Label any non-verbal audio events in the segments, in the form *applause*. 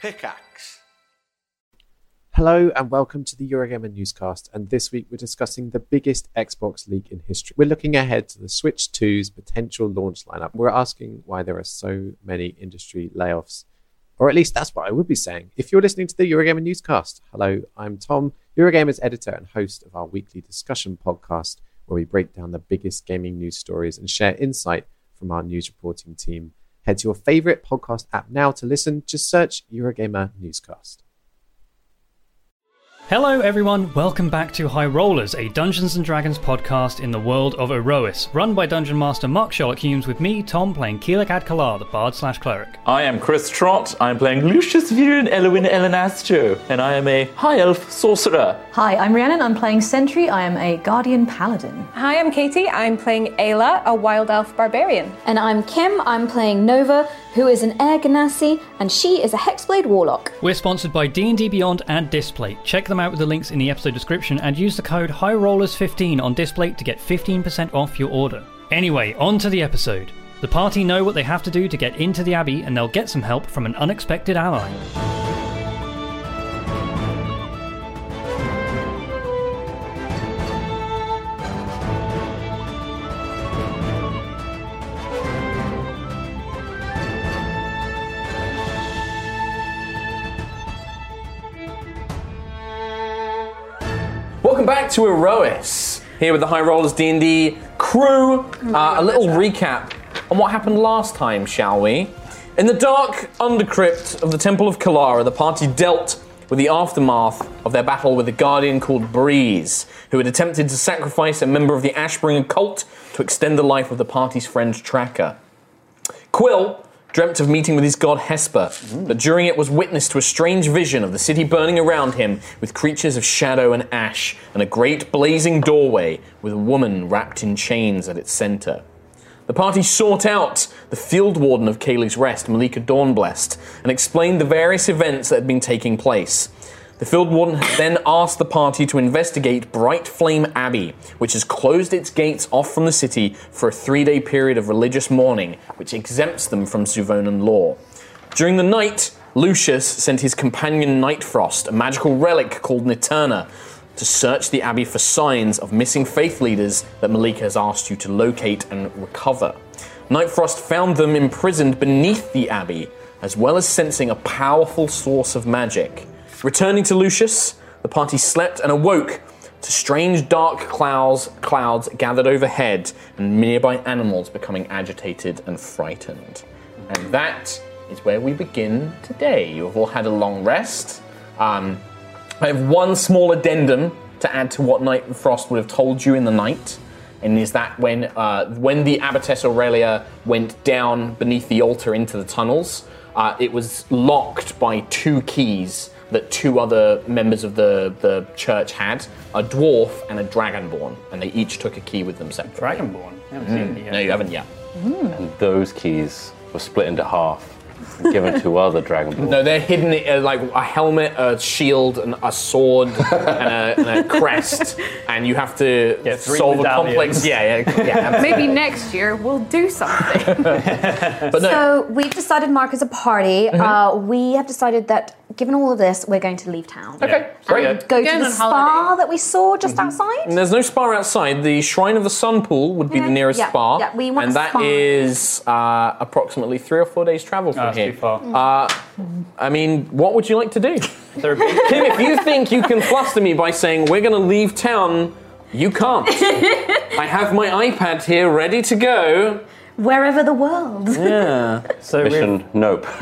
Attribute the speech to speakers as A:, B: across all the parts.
A: Pickaxe.
B: Hello and welcome to the Eurogamer newscast. And this week we're discussing the biggest Xbox leak in history. We're looking ahead to the Switch 2's potential launch lineup. We're asking why there are so many industry layoffs, or at least that's what I would be saying. If you're listening to the Eurogamer newscast, hello, I'm Tom, Eurogamer's editor and host of our weekly discussion podcast, where we break down the biggest gaming news stories and share insight from our news reporting team. Head to your favorite podcast app now to listen. Just search Eurogamer newscast.
C: Hello, everyone. Welcome back to High Rollers, a Dungeons and Dragons podcast in the world of Erois, run by Dungeon Master Mark Sherlock Humes, with me, Tom, playing Keelik Adkalar, the bard slash cleric.
D: I am Chris Trott. I'm playing Lucius Viren Elwin Elenastro, and I am a high elf sorcerer.
E: Hi, I'm Rhiannon. I'm playing Sentry. I am a Guardian Paladin.
F: Hi, I'm Katie. I'm playing Ayla, a wild elf barbarian.
G: And I'm Kim, I'm playing Nova, who is an Air Ganassi, and she is a Hexblade Warlock.
C: We're sponsored by D&D Beyond and Displate. Check them out with the links in the episode description and use the code HighRollers15 on Displate to get 15% off your order. Anyway, on to the episode. The party know what they have to do to get into the Abbey, and they'll get some help from an unexpected ally.
H: Welcome back to Erois, here with the High Rollers D&D crew. Uh, a little recap on what happened last time, shall we? In the dark undercrypt of the Temple of Kalara, the party dealt with the aftermath of their battle with a guardian called Breeze, who had attempted to sacrifice a member of the Ashbringer cult to extend the life of the party's friend Tracker. Quill dreamt of meeting with his god Hesper, but during it was witness to a strange vision of the city burning around him with creatures of shadow and ash, and a great blazing doorway with a woman wrapped in chains at its centre. The party sought out the field warden of Cayley's Rest, Malika Dawnblessed, and explained the various events that had been taking place. The field warden had then asked the party to investigate Bright Flame Abbey, which has closed its gates off from the city for a three day period of religious mourning, which exempts them from Suvonan law. During the night, Lucius sent his companion Nightfrost, a magical relic called Niterna, to search the abbey for signs of missing faith leaders that Malika has asked you to locate and recover. Nightfrost found them imprisoned beneath the abbey, as well as sensing a powerful source of magic. Returning to Lucius, the party slept and awoke to strange dark clouds, clouds gathered overhead and nearby animals becoming agitated and frightened. And that is where we begin today. You have all had a long rest. Um, I have one small addendum to add to what Night Frost would have told you in the night, and is that when uh, when the Abbotess Aurelia went down beneath the altar into the tunnels, uh, it was locked by two keys that two other members of the, the church had, a dwarf and a dragonborn, and they each took a key with them separately. Mm.
I: Dragonborn.
H: No, you haven't yet.
J: Those keys were split into half and given to *laughs* other Dragon
H: No, they're hidden uh, like a helmet, a shield, and a sword, and, a, and a crest, and you have to
I: three
H: solve a
I: medallions.
H: complex. Yeah, yeah, yeah. *laughs*
F: *laughs* Maybe next year we'll do something.
H: But no,
G: So we've decided, Mark, as a party, uh, we have decided that given all of this, we're going to leave town.
H: okay, great.
G: And go to
F: Going
G: the
F: on
G: spa
F: holiday.
G: that we saw just outside.
H: And there's no spa outside. The Shrine of the Sun Pool would be
G: Yeah,
H: the nearest
G: yeah,
H: spa,
G: yeah, we want
H: and
G: a
H: that
G: spa.
H: is uh, approximately three or four days travel from
I: That's
H: here.
I: Ah,
H: Uh,
I: too far.
G: Mm.
H: I mean, what would you like to do?
I: There are
H: *laughs*
I: big-
H: Tim, if you think you can fluster me by saying we're going to leave town,
G: *laughs*
H: you can't. I have my iPad here ready to go.
G: Wherever the world.
H: Yeah.
I: so, we,
J: Mission Nope.
I: *laughs*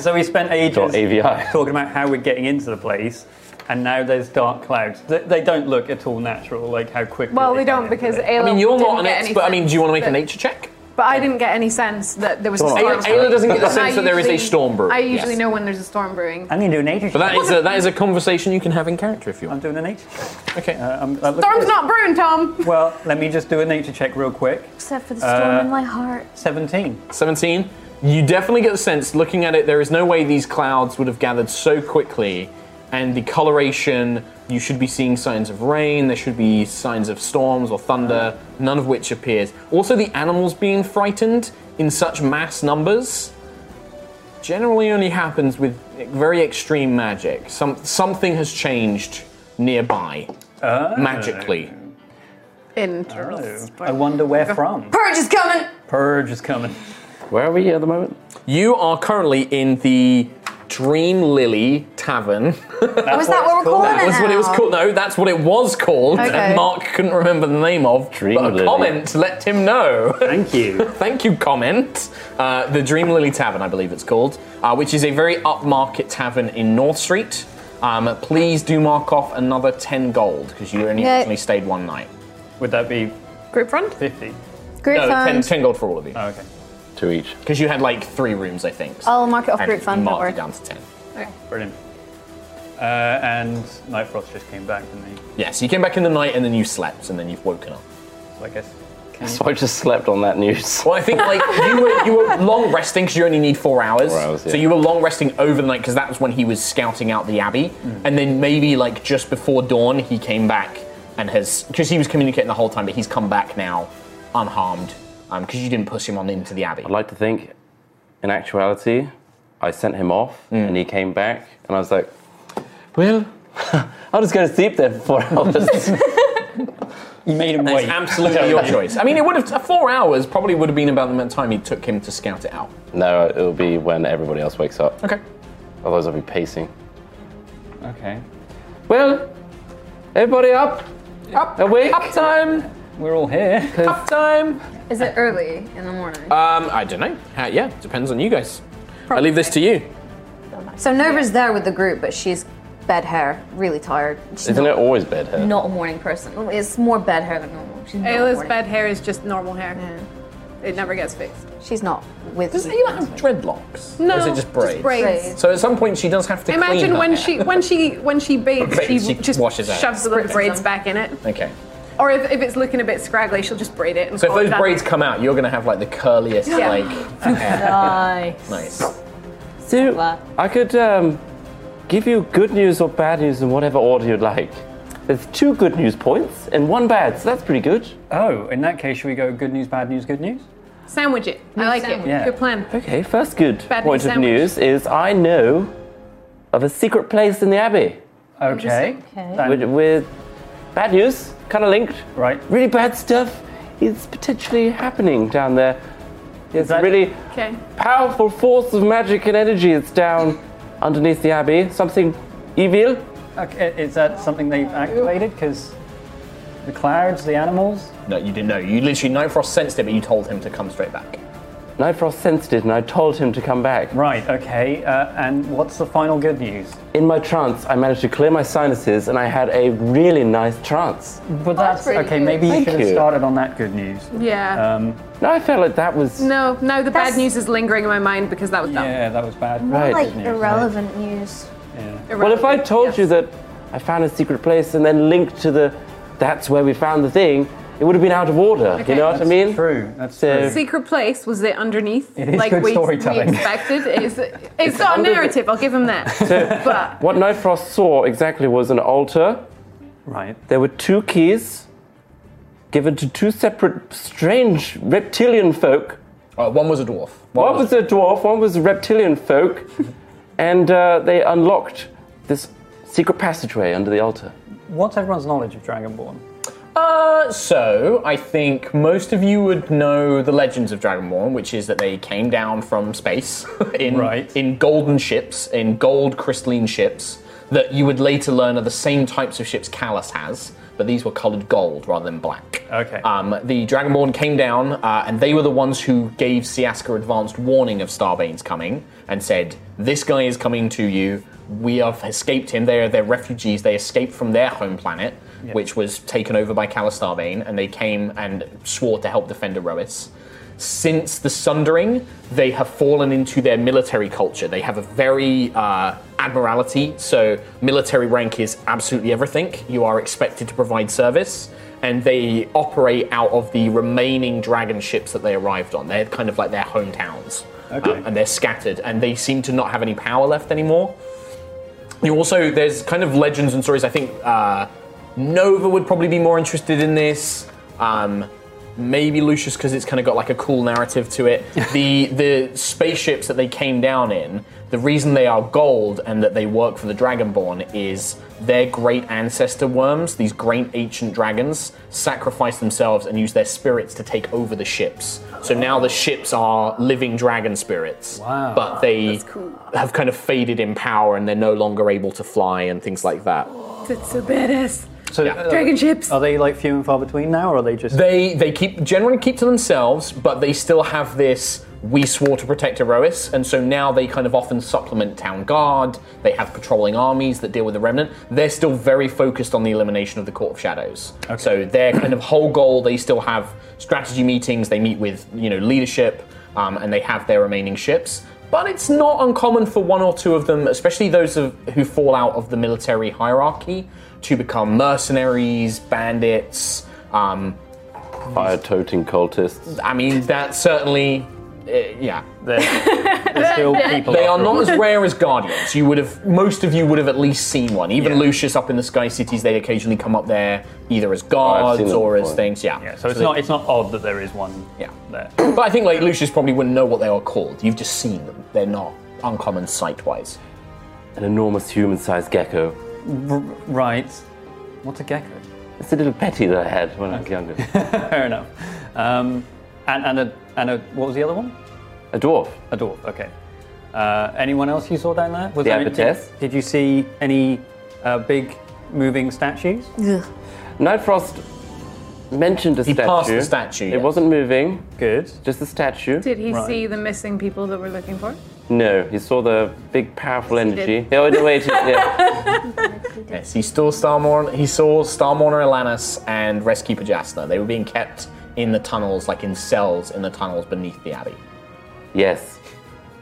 I: so we spent
J: Dot
I: ages
J: AVI.
I: talking about how we're getting into the place, and now there's dark clouds. They, they don't look at all natural, like how quickly.
F: well, they
I: got
F: don't
I: into
F: because
I: it.
F: Ayla.
H: I mean, you're
F: didn't
H: not an
F: get any
H: expert. I mean, do you want to make a
F: sense
H: nature check?
F: that- But I didn't get any sense that there was a
I: Come on.
F: storm.
H: Ayla- Ayla doesn't get the
F: And I
H: sense that there is a
F: usually-
H: storm brewing.
F: I usually
H: Yes.
F: know when there's a storm brewing.
I: I'm gonna do a nature.
H: But that
I: check.
H: is a, that is a conversation you can have in character if you
I: I'm
H: want.
I: doing a nature. check.
H: Okay.
I: Uh, I'm, I look-
F: Storm's not brewing, Tom.
I: Well, let me just do a nature check real quick.
G: Except for the storm
I: Uh,
G: in my heart.
I: Seventeen.
H: 17. You definitely get the sense, looking at it, there is no way these clouds would have gathered so quickly. And the coloration, you should be seeing signs of rain, there should be signs of storms or thunder, none of which appears. Also, the animals being frightened in such mass numbers generally only happens with very extreme magic. Some something has changed nearby magically.
A: Interesting.
I: uh, I wonder where from.
G: Purge is coming!
I: Purge is coming.
J: Where are we at the moment?
H: You are currently in the Dream Lily Tavern. *laughs*
G: Was
H: Oh,
G: that what we're calling it?
H: That's what it was
G: now?
H: called. No, that's what it was called. that
A: Okay.
H: Mark couldn't remember the name of.
J: Dream
H: but a
J: Lily.
H: comment let him know.
I: Thank you.
H: *laughs* Thank you, comment. Uh, the Dream Lily Tavern, I believe it's called, uh, which is a very upmarket tavern in North Street. Um, please do mark off another 10 gold because you only
A: Yeah.
H: actually stayed one night.
I: Would that be
A: Group front?
I: 50?
A: Group
H: No, 10,
A: fund.
H: 10 gold for all of you.
I: Oh, okay.
J: Two each.
H: Because you had like three rooms, I think.
A: I'll mark it off
H: And
A: group
H: you
A: fund, don't
H: marked
A: worry.
H: it down to 10.
I: Brilliant. Uh, and Night Frost just came back to me.
H: Yeah, so you came back in the night and then you slept and then you've woken up.
I: So I guess. Can
J: So I just slept on that news.
H: Well, I think like you were you were long resting because you only need four hours.
J: Four hours, yeah.
H: So you were long resting over the night because that was when he was scouting out the abbey,
J: Mm.
H: and then maybe like just before dawn he came back and has because he was communicating the whole time, but he's come back now unharmed because you didn't push him on into the abbey.
J: I'd like to think, in actuality, I sent him off
I: Hmm.
J: and he came back and I was like, well, I'll just go to sleep there for four hours.
I: you made him wait.
H: It's absolutely
I: *laughs*
H: your choice. I mean, it would have uh, four hours probably would have been about the amount of time he took him to scout it out.
J: no, it'll be when everybody else wakes up.
H: Okay.
J: Otherwise, I'll be pacing.
I: Okay.
J: Well, everybody up?
H: Up,
J: Awake?
H: up time,
I: We're all here.
H: up time.
A: Is it early in the morning?
H: Um, I don't know. Uh, yeah, depends on you guys. I leave this to you.
G: So Nova's there with the group, but she's bed hair, really tired. She's
J: Isn't
G: not,
J: it always bed hair?
G: not a morning person. It's more bed hair than normal. She's not
A: Ayla's
G: morning.
A: bed hair is just normal hair. It never gets fixed.
G: She's not with
H: Does
G: you.
H: Ayla have dreadlocks?
A: No,
H: Or is it just braids?
G: Braids.
H: So at some point she does have to clean
A: Imagine
H: her
A: when
H: hair.
A: she when she when she bathes,
H: But
A: she,
H: she
A: just
H: washes it.
A: shoves the
G: Spritzes
A: braids
G: them.
A: back in it.
H: *laughs* Okay.
A: Or if, if it's looking a bit scraggly, she'll just braid it. And
H: So if
A: call it
H: those
A: done.
H: braids come out, you're going to have like the curliest,
A: Oh, Yeah.
H: like. hair.
K: Nice.
H: nice.
J: So, I could um, give you good news or bad news in whatever order you'd like. There's two good news points and one bad, so that's pretty good.
I: Oh, in that case, should we go good news, bad news, good news?
A: Sandwich it. I like it.
I: Yeah.
A: Good plan.
J: Okay, first good
A: Bad
J: point
A: news
J: of
A: sandwich.
J: news is I know of a secret place in the Abbey.
I: Okay.
J: With,
I: Then-
J: with bad news, kind of linked.
I: right.
J: Really bad stuff is potentially happening down there. There's
I: that-
J: a really
A: Okay.
J: powerful force of magic and energy that's down underneath the Abbey. Something evil.
I: Okay. Is that something they've activated? Because the clouds, the animals.
H: No, you didn't know. You literally, Night Frost sensed it, but you told him to come straight back.
J: Nightfrost sensed it and I told him to come back.
I: Right. Okay. Uh, and what's the final good news?
J: In my trance, I managed to clear my sinuses and I had a really nice trance.
I: But that's,
A: pretty
I: okay.
A: good.
I: Maybe you
J: Thank
I: should have
J: you.
I: started on that good news.
A: Yeah.
I: Um,
J: No, I felt like that was
A: no, no, the
G: That's-
A: bad news is lingering in my mind because that was dumb.
I: yeah, that was bad.
J: right.
G: like
I: news,
G: irrelevant news.
J: Well, if I
A: Irrelevant.
J: told
A: Yes.
J: you that I found a secret place and then linked to the that's where we found the thing, it would have been out of order.
A: Okay.
J: you know what I
I: That's
J: mean?
I: True. That's
J: So-
I: true.
A: Secret place was it underneath?
I: It is good
A: we,
I: storytelling.
A: we expected. It's, it's, not a
J: under the-
A: narrative. I'll give him that. but
J: What Nightfrost saw exactly was an altar.
I: Right.
J: There were two keys given to two separate strange reptilian folk.
H: Uh, one was a dwarf.
J: One was a dwarf, one was a reptilian folk, *laughs* and uh, they unlocked this secret passageway under the altar.
I: What's everyone's knowledge of Dragonborn?
H: Uh, so I think most of you would know the legends of Dragonborn, which is that they came down from space *laughs* in
I: Right.
H: in golden ships, in gold crystalline ships that you would later learn are the same types of ships Callus has, but these were coloured gold rather than black.
I: Okay.
H: Um, the Dragonborn came down, uh, and they were the ones who gave Siaska advanced warning of Starbane's coming and said, This guy is coming to you. We have escaped him. They are their refugees. They escaped from their home planet, which was taken over by Callus Starbane, and they came and swore to help defend Erois. Since the Sundering, they have fallen into their military culture. They have a very uh, admiralty, so military rank is absolutely everything. You are expected to provide service and they operate out of the remaining dragon ships that they arrived on. They're kind of like their hometowns. um,
I: Okay.
H: and they're scattered, and they seem to not have any power left anymore. You also, there's kind of legends and stories. I think uh, Nova would probably be more interested in this. Um, maybe Lucius because it's kind of got like a cool narrative to it. the the spaceships that they came down in, the reason they are gold and that they work for the Dragonborn is their great ancestor worms, these great ancient dragons, sacrifice themselves and use their spirits to take over the ships. So now the ships are living dragon spirits. Wow. But they have kind of faded in power and they're no longer able to fly and things like that.
A: It's so uh, badass.
I: So
H: Yeah.
A: Dragon ships.
I: Are they like few and far between now, or are they just?
H: They they keep generally keep to themselves, but they still have this we swore to protect Erois, and so now they kind of often supplement town guard. They have patrolling armies that deal with the remnant. They're still very focused on the elimination of the Court of Shadows. So their kind of whole goal, they still have strategy meetings. They meet with you know leadership, um, and they have their remaining ships. But it's not uncommon for one or two of them, especially those of, who fall out of the military hierarchy, to become mercenaries, bandits. Um,
J: Fire toting cultists.
H: I mean, that certainly, uh, yeah.
I: They're, they're still people.
H: They are
I: after all.
H: not as rare as guardians. You would have, most of you would have at least seen one. Even Lucius up in the Sky Cities, they'd occasionally come up there either as guards
J: Oh, seen them
H: or as
J: before.
H: things. Yeah.
I: Yeah, so it's
H: they-
I: not. It's not odd that there is one.
H: Yeah.
I: There.
H: But I think like Lucius probably wouldn't know what they are called. You've just seen them. They're not uncommon sight-wise.
J: An enormous human-sized gecko.
I: Right. What's a gecko?
J: It's a little petty that I had when I was younger.
I: Fair enough. Um, and and a and a what was the other one?
J: A dwarf.
I: A dwarf. Okay. Uh, anyone else you saw down there? Was
J: The
I: there any-
J: abattoirs.
I: Did, did you see any uh, big moving statues?
J: Nightfrost mentioned a
H: He
J: statue.
H: passed the statue,
J: It
H: yes.
J: wasn't moving,
I: Good.
J: just a statue.
A: Did he
I: Right.
A: see the missing people that we're looking for?
J: No, he saw the big, powerful
A: Yes, he
J: energy.
A: did.
J: Yeah, wait, wait, yeah.
H: Yes, he saw Starmorn. He saw Starmourner Elanis and Rescuer Jasna. They were being kept in the tunnels, like in cells in the tunnels beneath the abbey.
J: Yes.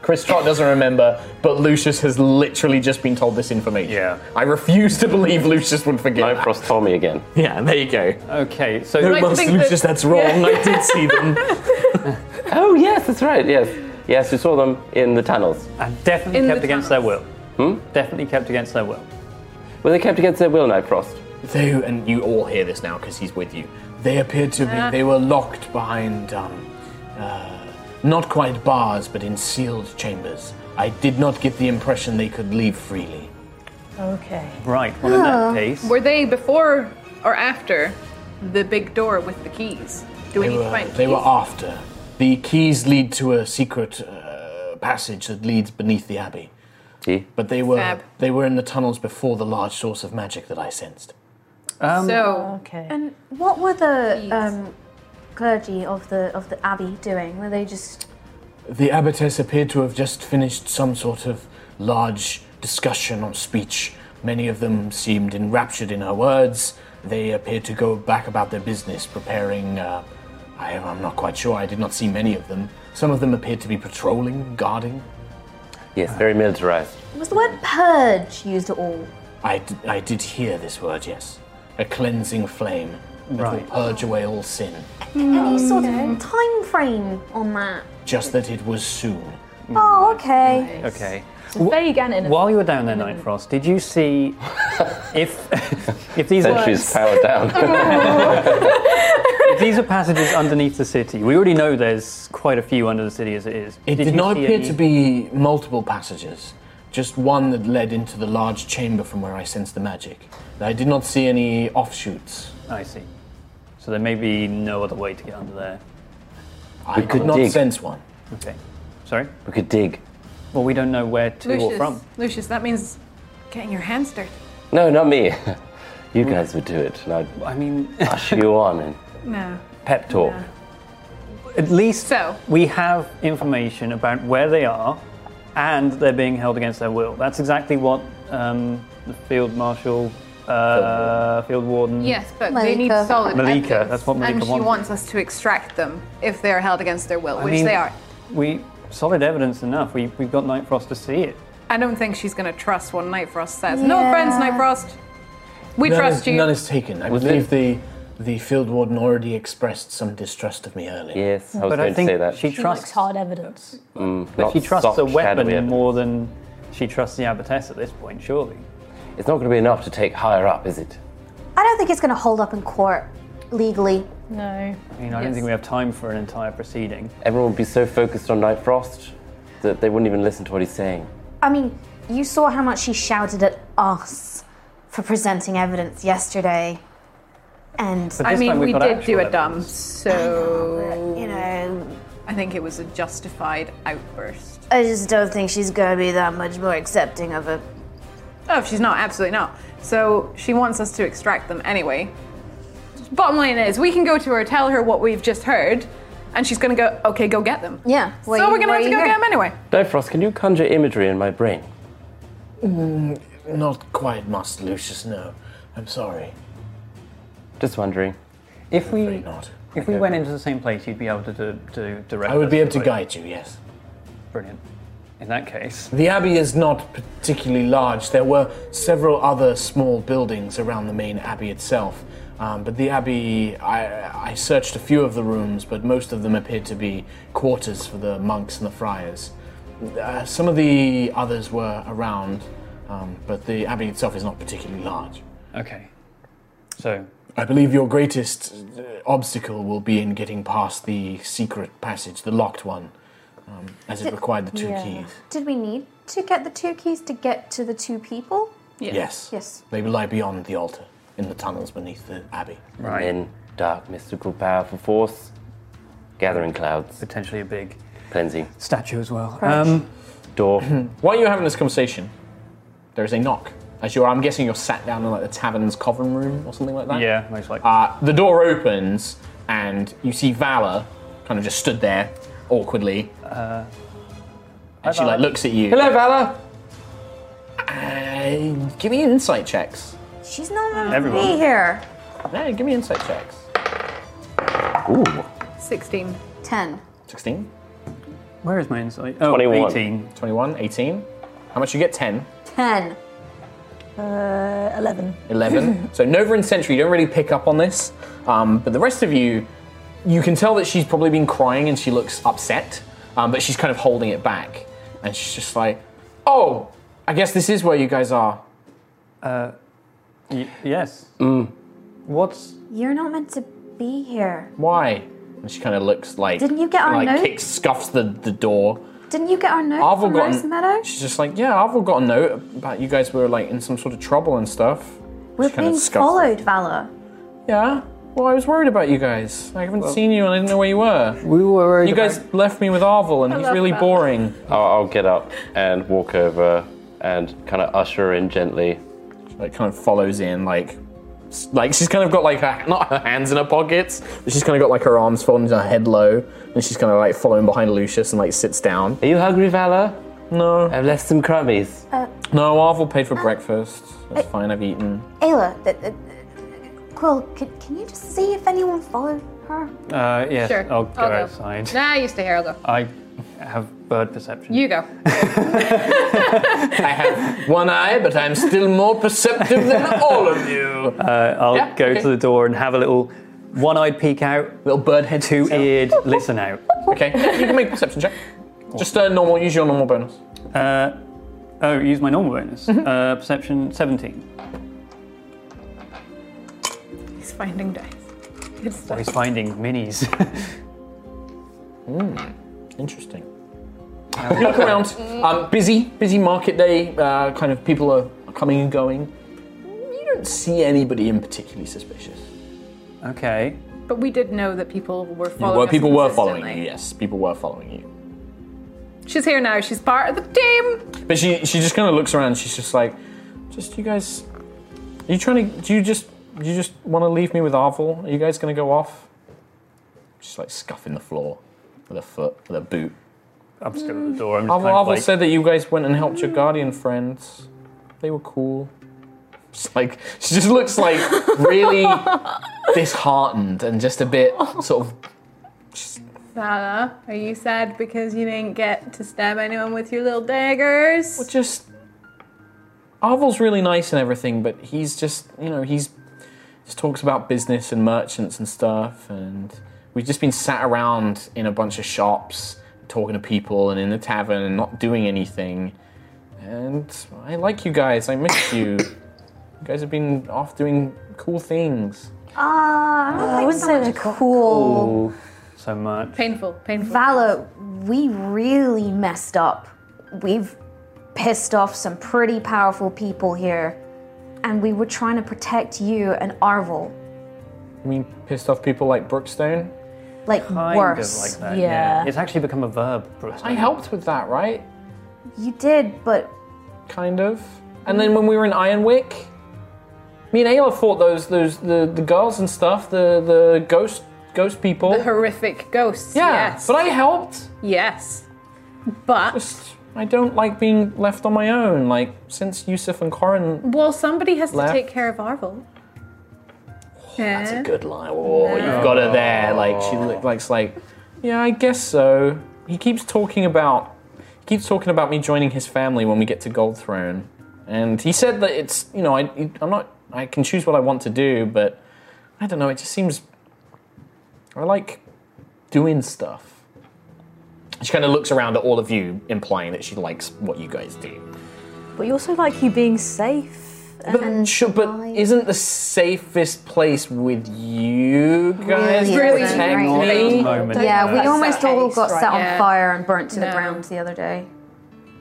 H: Chris Trott doesn't remember, but Lucius has literally just been told this information.
I: Yeah.
H: I refuse to believe Lucius would forget. that.
J: Nightfrost told me again.
H: Yeah, there you go.
I: Okay. So
H: No,
A: like to
H: must,
A: think
H: Lucius,
A: that- *laughs*
H: that's wrong. I did see them.
J: Oh, yes, that's right, yes. Yes, you saw them in the tunnels.
I: and definitely
A: In the
I: kept against their will. Hmm? Definitely kept against their will.
J: Were they kept against their will, Nightfrost?
H: they, and you all hear this now because he's with you. They appeared to be. They were locked behind, um, uh, not quite bars, but in sealed chambers. I did not get the impression they could leave freely.
E: Okay.
I: Right. Well, in that case,
A: Ah. Were they before or after the big door with the keys? Do we
H: They
A: need to
H: were,
A: find
H: they
A: keys?
H: were after. The keys lead to a secret uh, passage that leads beneath the abbey.
J: See?
H: But they were
A: Fab.
H: they were in the tunnels before the large source of magic that I sensed.
A: So
E: Okay.
G: And what were the
A: Please.
G: um, clergy of the of the abbey doing? Were they just
H: The abbotess appeared to have just finished some sort of large discussion or speech. Many of them seemed enraptured in her words. They appeared to go back about their business, preparing. Uh, I, I'm not quite sure. I did not see many of them. Some of them appeared to be patrolling, guarding.
J: Yes, very militarized.
G: was the word purge used at all?
H: I, d- I did hear this word, yes. A cleansing flame that will
I: Right.
H: purge away all sin.
A: Mm.
G: Any sort of time frame on that?
H: Just that it was soon.
A: Mm.
G: Oh, okay.
I: okay.
F: Vague and innocent.
I: While you were down there, Nightfrost, did you *laughs* see if if these
J: Then
I: were,
J: she's powered
A: *laughs*
J: down.
I: if these are passages underneath the city? We already know there's quite a few under the city as it is.
H: It did,
I: you
H: not
I: see
H: appear
I: any-
H: to be multiple passages, just one that led into the large chamber from where I sensed the magic. I did not see any offshoots.
I: I see. So there may be no other way to get under there.
H: I
J: could
H: could not
J: dig.
H: sense one.
I: Okay. Sorry.
J: we could dig.
I: Well, we don't know where to or
A: Lucius,
I: from.
A: Lucius, that means getting your hands dirty.
J: No, not me. *laughs* You guys would do it, and I'd
I: I mean, *laughs*
A: *laughs*
J: push you on and
A: No. Uh,
J: pep talk.
I: at least
A: So.
I: we have information about where they are, and they're being held against their will. That's exactly what um, the field marshal, uh, field warden.
A: Yes, but they
G: Malika.
A: need solid
I: Malika,
A: evidence,
I: that's what
A: And
I: Malika
A: she
I: wanted.
A: wants us to extract them if they're held against their will,
I: I
A: which
I: mean,
A: they are.
I: We solid evidence enough. We we've got Nightfrost to see it.
A: I don't think she's going to trust what Nightfrost says. No
G: Yeah.
A: offense, Nightfrost. We
H: none
A: trust
H: is,
A: you.
H: None is taken. I
J: Was
H: believe the, the field warden already expressed some distrust of me earlier.
J: Yes, I was
I: But
J: going
I: I think
J: to say that.
I: she
E: She likes
I: trusts
E: hard evidence.
J: Not
I: she trusts
J: soft,
I: a weapon
J: shadowy evidence.
I: more than she trusts the abbotess at this point. Surely.
J: It's not going to be enough to take higher up, is it?
G: I don't think it's going to hold up in court. legally.
L: No.
I: I mean, I don't think we have time for an entire proceeding.
J: Everyone would be so focused on Night Frost that they wouldn't even listen to what he's saying.
G: I mean, you saw how much he shouted at us for presenting evidence yesterday. And
A: I mean, we did do a dump, so
G: you know,
A: I think it was a justified outburst.
G: I just don't think she's going to be that much more accepting of it.
A: Oh, she's not. Absolutely not. So she wants us to extract them anyway. Bottom line is, we can go to her, tell her what we've just heard, and she's going to go, okay, go get them.
G: Yeah.
A: So we're going to have to go get them anyway.
J: Night Frost, can you conjure imagery in my brain?
H: Mm, not quite, Master Lucius. No, I'm sorry.
J: Just wondering.
I: If we if we went into the same place, you'd be able to do, to direct.
H: I would
I: us
H: be
I: to
H: able to
I: the right-
H: guide you. Yes.
I: Brilliant. In that case,
H: The abbey is not particularly large. There were several other small buildings around the main abbey itself. Um, but the abbey, I, I searched a few of the rooms, but most of them appeared to be quarters for the monks and the friars. Uh, some of the others were around, um, but the abbey itself is not particularly large.
I: Okay. So.
H: I believe your greatest uh, obstacle will be in getting past the secret passage, the locked one, um, as it
G: Did-
H: required the two
G: yeah.
H: keys.
G: Did we need to get the two keys to get to the two people?
H: Yes.
G: Yes.
H: They lie beyond the altar, in the tunnels beneath the abbey.
J: Right. In dark, mystical, powerful force, gathering clouds.
I: Potentially a big
J: cleansing
I: statue as well.
H: Crouch.
I: Um,
J: door.
H: While you're having this conversation, there is a knock. As you are, I'm guessing you're sat down in like the tavern's common room or something like that.
I: Yeah, most likely.
H: Uh, the door opens, and you see Valor kind of just stood there awkwardly. Uh, and she like
I: Valor.
H: looks at you.
I: Hello,
H: Valor. Uh, give me insight checks.
G: She's not gonna
H: Everyone.
G: be here.
H: Yeah, give me insight checks.
J: Ooh.
A: 16.
G: 10.
H: 16.
I: Where is my insight? Oh,
H: 21.
I: 18.
H: 21, 18. How much you get? 10.
G: 10. Uh, 11. *laughs*
H: 11. so Nova and Sentry, you don't really pick up on this, um, but the rest of you, you can tell that she's probably been crying and she looks upset, um, but she's kind of holding it back. And she's just like, oh, I guess this is where you guys are.
I: Uh, y- yes. What's.
G: You're not meant to be here.
H: Why? And she kind of looks like.
G: Didn't you get our
H: like,
G: note?
H: Kicks, scuffs the, the door.
G: Didn't you get our note
H: Arvel
G: from
H: got an-
G: Rose Meadow?
H: She's just like, yeah, I've all got a note about you guys were like in some sort of trouble and stuff.
G: We're
H: she kind of
G: being
H: scuffs.
G: followed, Valor.
H: Yeah. Well, I was worried about you guys. I haven't
G: Well-
H: seen you and I didn't know where you were. We were worried. You guys left me with Arvel and
G: I
H: he's
G: love
H: really
G: that.
H: boring.
J: I'll, I'll get up and walk over and kind of usher her in gently.
H: Like kind of follows in, like like she's kind of got like her, not her hands in her pockets, but she's kind of got like her arms folded and her head low, and she's kind of like following behind Lucius and like sits down.
J: Are you hungry, Valor?
H: No.
J: I've left some crummies.
H: No, Arvel paid for breakfast. That's fine. I've eaten.
G: Ayla, th- th- Quill, can, can you just see if anyone followed her?
I: Uh, yes,
A: Sure,
H: Oh,
I: I'll go
A: I'll go.
I: outside.
A: Nah, you stay here, I'll go.
H: Ah.
I: I have bird perception.
A: You go.
H: I have one eye, but I'm still more perceptive than all of you.
I: Uh, I'll
H: Yeah,
I: go
H: okay.
I: to the door and have a little one eyed peek out,
H: little bird head,
I: two
A: *laughs*
I: eared listen out.
H: Okay, you can make a perception check. Just uh, normal. Use your normal bonus.
I: Uh, oh, use my normal bonus.
A: Mm-hmm.
I: Uh, perception 17.
A: He's finding dice. Good
I: So
A: stuff.
I: he's finding minis. *laughs*
H: Interesting. you Uh, look around. Um, busy, busy market day. Uh, kind of people are coming and going. You don't see anybody in particularly suspicious.
I: okay.
A: But we did know that people were
H: You
A: following
H: were,
A: us
H: people were
A: consistently.
H: following you. Yes, people were following you.
A: She's here now. She's part of the team.
H: But she she just kind of looks around. She's just like, just you guys. Are you trying to? Do you just you just want to leave me with Arvel? Are you guys gonna go off? She's like scuffing the floor with her foot, with her boot.
I: I'm still at the door. I'm just
H: Arvel,
I: kind of
H: Arvel
I: like,
H: said that you guys went and helped your guardian friends. They were cool. It's like she just looks like
I: *laughs*
H: really disheartened and just a bit sort of.
A: Vala, are you sad because you didn't get to stab anyone with your little daggers? Well,
H: just Arvel's really nice and everything, but he's just you know he's just talks about business and merchants and stuff, and we've just been sat around in a bunch of shops talking to people and in the tavern and not doing anything. And *coughs* I like you guys. I miss you. You guys have been off doing cool things.
G: Ah, I don't think so much cool.
A: Oh."
I: Ooh, so much.
G: Painful, painful. Valor, we really messed up. We've pissed off some pretty powerful people here, and we were trying to protect you and Arvel.
H: I mean, pissed off people like Brookstone.
G: Like worse.
I: Kind of like that.
G: yeah.
I: It's actually become a verb, Bruce.
H: I helped with that, right?
G: You did, but
H: kind of. And then when we were in Ironwick, me and Ayla fought those those the, the girls and stuff, the the ghost ghost people.
A: The horrific ghosts.
H: Oh. Yeah,
A: yes.
H: but I helped.
A: Yes. But
H: I don't like being left on my own. Like since Yusuf and Corin
A: well, somebody has
H: Left.
A: to take care of Arvel. yeah. That's a
H: good lie. Oh, you've got her there. Like she look- looks like, yeah, I guess so. He keeps talking about he keeps talking about me joining his family when we get to Gold Throne, and he said that it's you know I I'm not I can choose what I want to do, but I don't know. It just seems I like doing stuff. She kind of looks around at all of you, implying that she likes what you guys do.
E: But you also like you being safe.
H: But, sure, but isn't the safest place with you guys?
G: Really
H: protect
G: isn't,
H: me?
G: right? yeah, we almost all got set on
A: Yeah.
G: fire and burnt to the
A: No.
G: ground the other day.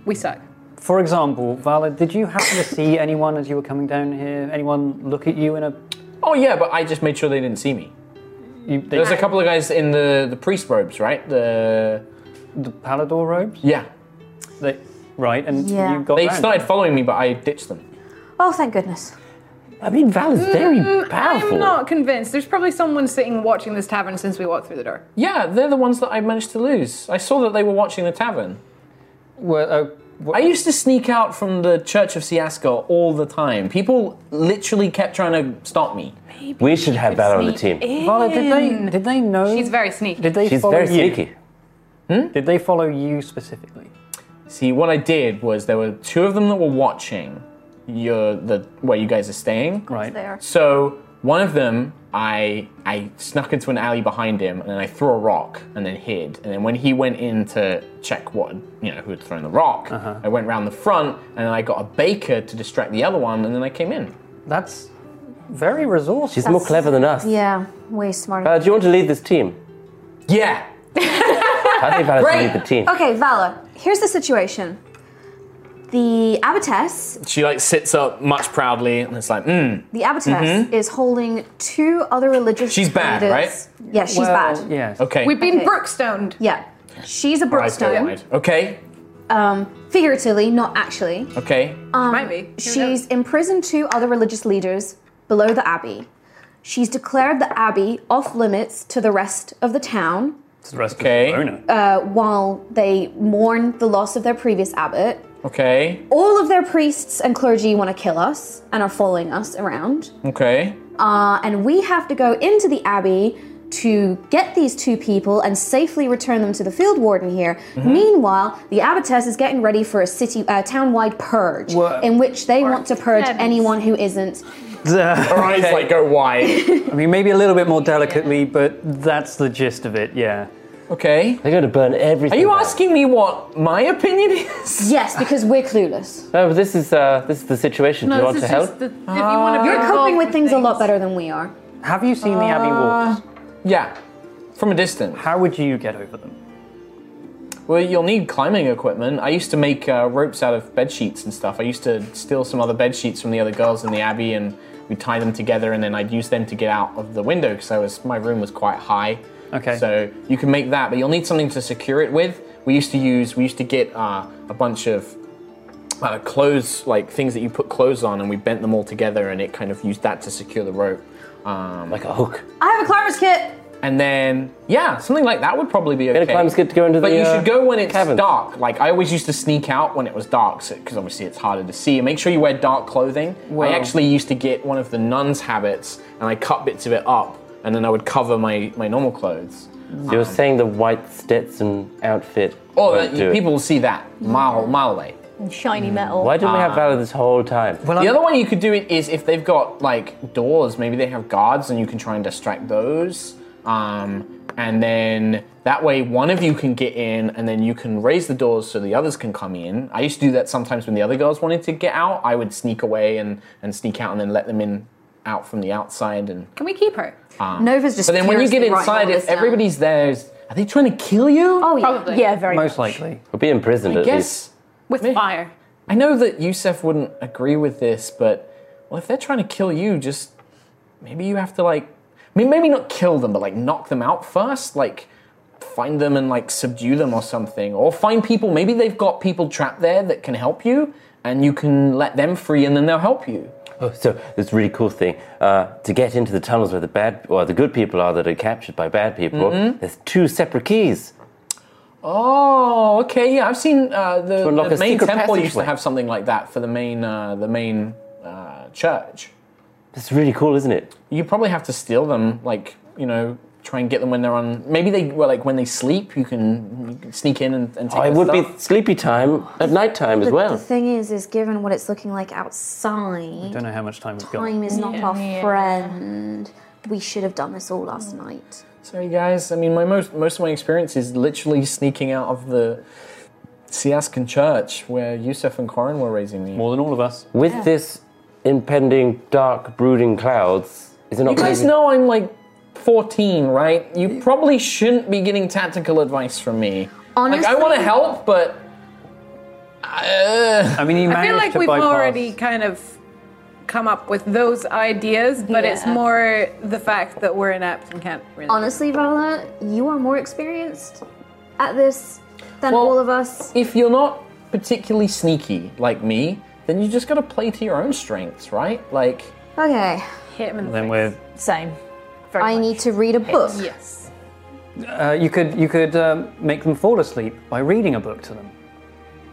A: We suck.
I: For example, Vala, did you happen to see anyone as you were coming down here? Anyone look at you in a?
H: Oh yeah, but I just made sure they didn't see me. There's a couple of guys in the, the priest robes, right? The
I: the Palador robes.
H: Yeah.
I: They, right, and
G: Yeah. you got
J: Oh,
H: They
G: round.
H: started following me, but I ditched them.
G: Oh, thank goodness.
J: I mean, Val is very
A: Mm, I'm not convinced. There's probably someone sitting watching this tavern since we walked through the door.
H: Yeah, they're the ones that I managed to lose. I saw that they were watching the tavern.
I: Well, uh,
H: I used to sneak out from the Church of Siasco all the time. People literally kept trying to stop me.
J: We should have Val on the team.
I: Vala, did they did they know? She's
A: very sneaky.
I: Did they
J: She's
I: follow
J: very
I: you?
J: sneaky.
I: Did they follow you specifically?
H: See, what I did was there were two of them that were watching your the where you guys are staying. Right.
G: they are.
H: So one of them, I I snuck into an alley behind him, and then I threw a rock, and then hid. And then when he went in to check what you know who had thrown the rock, I went round the front, and then I got a baker to distract the other one, and then I came in.
I: That's very resourceful.
J: She's more clever than us.
G: Yeah, way smarter.
J: Val, do you want to lead this team?
H: Yeah.
J: I think Val has to lead the team.
G: Okay, Vala, here's the situation. The abbotess,
H: She like sits up much proudly, and it's like, mm.
G: the abbotess
H: Mhm.
G: is holding two other religious.
H: She's bad,
G: leaders.
H: right?
G: Yeah, she's bad.
I: Yes.
H: Okay.
A: We've been
G: Okay.
A: brookstoned.
G: Yeah, she's a brookstone.
H: Okay.
G: Um, figuratively, not actually.
H: Okay.
G: Um, Might be. She's imprisoned two other religious leaders below the abbey. She's declared the abbey off limits to the rest of the town.
I: It's the rest
H: okay.
I: of the owner.
G: uh, while they mourn the loss of their previous abbot.
H: Okay.
G: All of their priests and clergy want to kill us and are following us around.
H: Okay.
G: Uh, and we have to go into the abbey to get these two people and safely return them to the field warden here. Meanwhile, the abbotess is getting ready for a city, uh, town-wide purge,
I: Whoa.
G: in which they want to purge
A: Goodness.
G: anyone who isn't.
I: Her
H: eyes like go wide.
I: I mean, maybe a little bit more delicately, but that's the gist of it. Yeah.
H: *laughs* Okay. They're
J: going to burn everything.
H: Are you asking me what my opinion is?
G: Yes, because we're clueless.
I: *laughs* Oh,
J: No, but this is uh, this is the situation. do you want to help?
A: the, if you want
G: You're coping with things a lot better than we are.
I: Have you seen the Abbey
G: Uh,
I: walls?
H: Yeah, from a distance.
I: How would you get over them?
H: Well, you'll need climbing equipment. I used to make uh, ropes out of bed sheets and stuff. I used to steal some other bed sheets from the other girls in the abbey, and we would tie them together, and then I'd use them to get out of the window because I was my room was quite high.
I: Okay.
H: So you can make that, but you'll need something to secure it with. We used to use. We used to get uh, a bunch of uh, clothes, like things that you put clothes on, and we bent them all together, and it kind of used that to secure the rope. Um, like
J: a hook.
G: I have a climber's kit.
H: And then, yeah, something like that would probably be okay.
J: a climb skip to go into
H: but
J: the,
H: you
J: uh,
H: should go when it's
J: caverns.
H: dark. Like I always used to sneak out when it was dark, because obviously it's harder to see. And make sure you wear dark clothing.
I: Well-
H: I actually used to get one of the nuns' habits, and I cut bits of it up, and then I would cover my my normal clothes.
J: You're saying the white Stetson outfit.
H: Oh,
J: won't
H: that,
J: do it.
H: people will see that mile mile away.
E: And
I: Hmm.
E: shiny metal.
J: Why didn't we have
H: Ah.
J: Valor this whole time?
H: the other one you could do it is if they've got like doors, maybe they have guards, and you can try and distract those. Um, and then that way, one of you can get in, and then you can raise the doors so the others can come in. I used to do that sometimes when the other girls wanted to get out. I would sneak away and, and sneak out, and then let them in out from the outside and.
A: Can we keep her?
H: Ah.
G: Nova's just
H: But then when you get
G: furiously writing
H: inside,
G: all
H: if
G: this down.
H: everybody's there, is, are they trying to kill you?
G: Oh, yeah. Probably. Yeah, very
H: Most
I: likely.
J: We'll be imprisoned
H: I
J: at
H: guess.
A: With fire.
H: I know that Yusef wouldn't agree with this, but well, if they're trying to kill you, just maybe you have to like, I mean, maybe not kill them, but like knock them out first, like find them and like subdue them or something, or find people. Maybe they've got people trapped there that can help you, and you can let them free, and then they'll help you.
J: Oh, so this really cool thing uh, to get into the tunnels where the bad or the good people are that are captured by bad people.
H: Mhm.
J: There's two separate keys.
H: Oh, okay, yeah. I've seen uh, the,
J: To unlock
H: the
J: a
H: main
J: secret
H: temple used to
J: passageway.
H: have something like that for the main uh, the main uh, church.
J: That's really cool, isn't it?
H: You probably have to steal them, like you know, try and get them when they're on. Maybe they well, like when they sleep, you can, you can sneak in and, and take.
J: Oh, it
H: their
J: would be
H: stuff.
J: sleepy time at night time as
G: the, The
J: well.
G: thing is, is given what it's looking like outside,
I: Don't know how much time we've got.
G: time is not
I: Yeah.
G: our friend. We should have done this all last night.
H: Sorry, guys. I mean, my most most of my experience is literally sneaking out of the Siaskan church where Yusuf and Corin were raising me.
I: More than all of us.
J: With
H: Yeah.
J: this impending dark brooding clouds, is it not?
H: You guys
J: crazy?
H: know I'm like 14, right? You probably shouldn't be getting tactical advice from me. like, I want to
A: Honestly-
H: help, but. Uh,
I: I mean, he
A: I feel like we've already kind of come up with those ideas, but it's
G: Yeah.
A: more the fact that we're inept and can't really.
G: Honestly, Vala, you are more experienced at this than all of us.
H: If you're not particularly sneaky like me, then you just gotta play to your own strengths, right? Like,
G: Okay.
A: Hit him
I: Then we're.
G: Same. I need to read a book. Yes.
I: Uh, you could you could um, make them fall asleep by reading a book to them.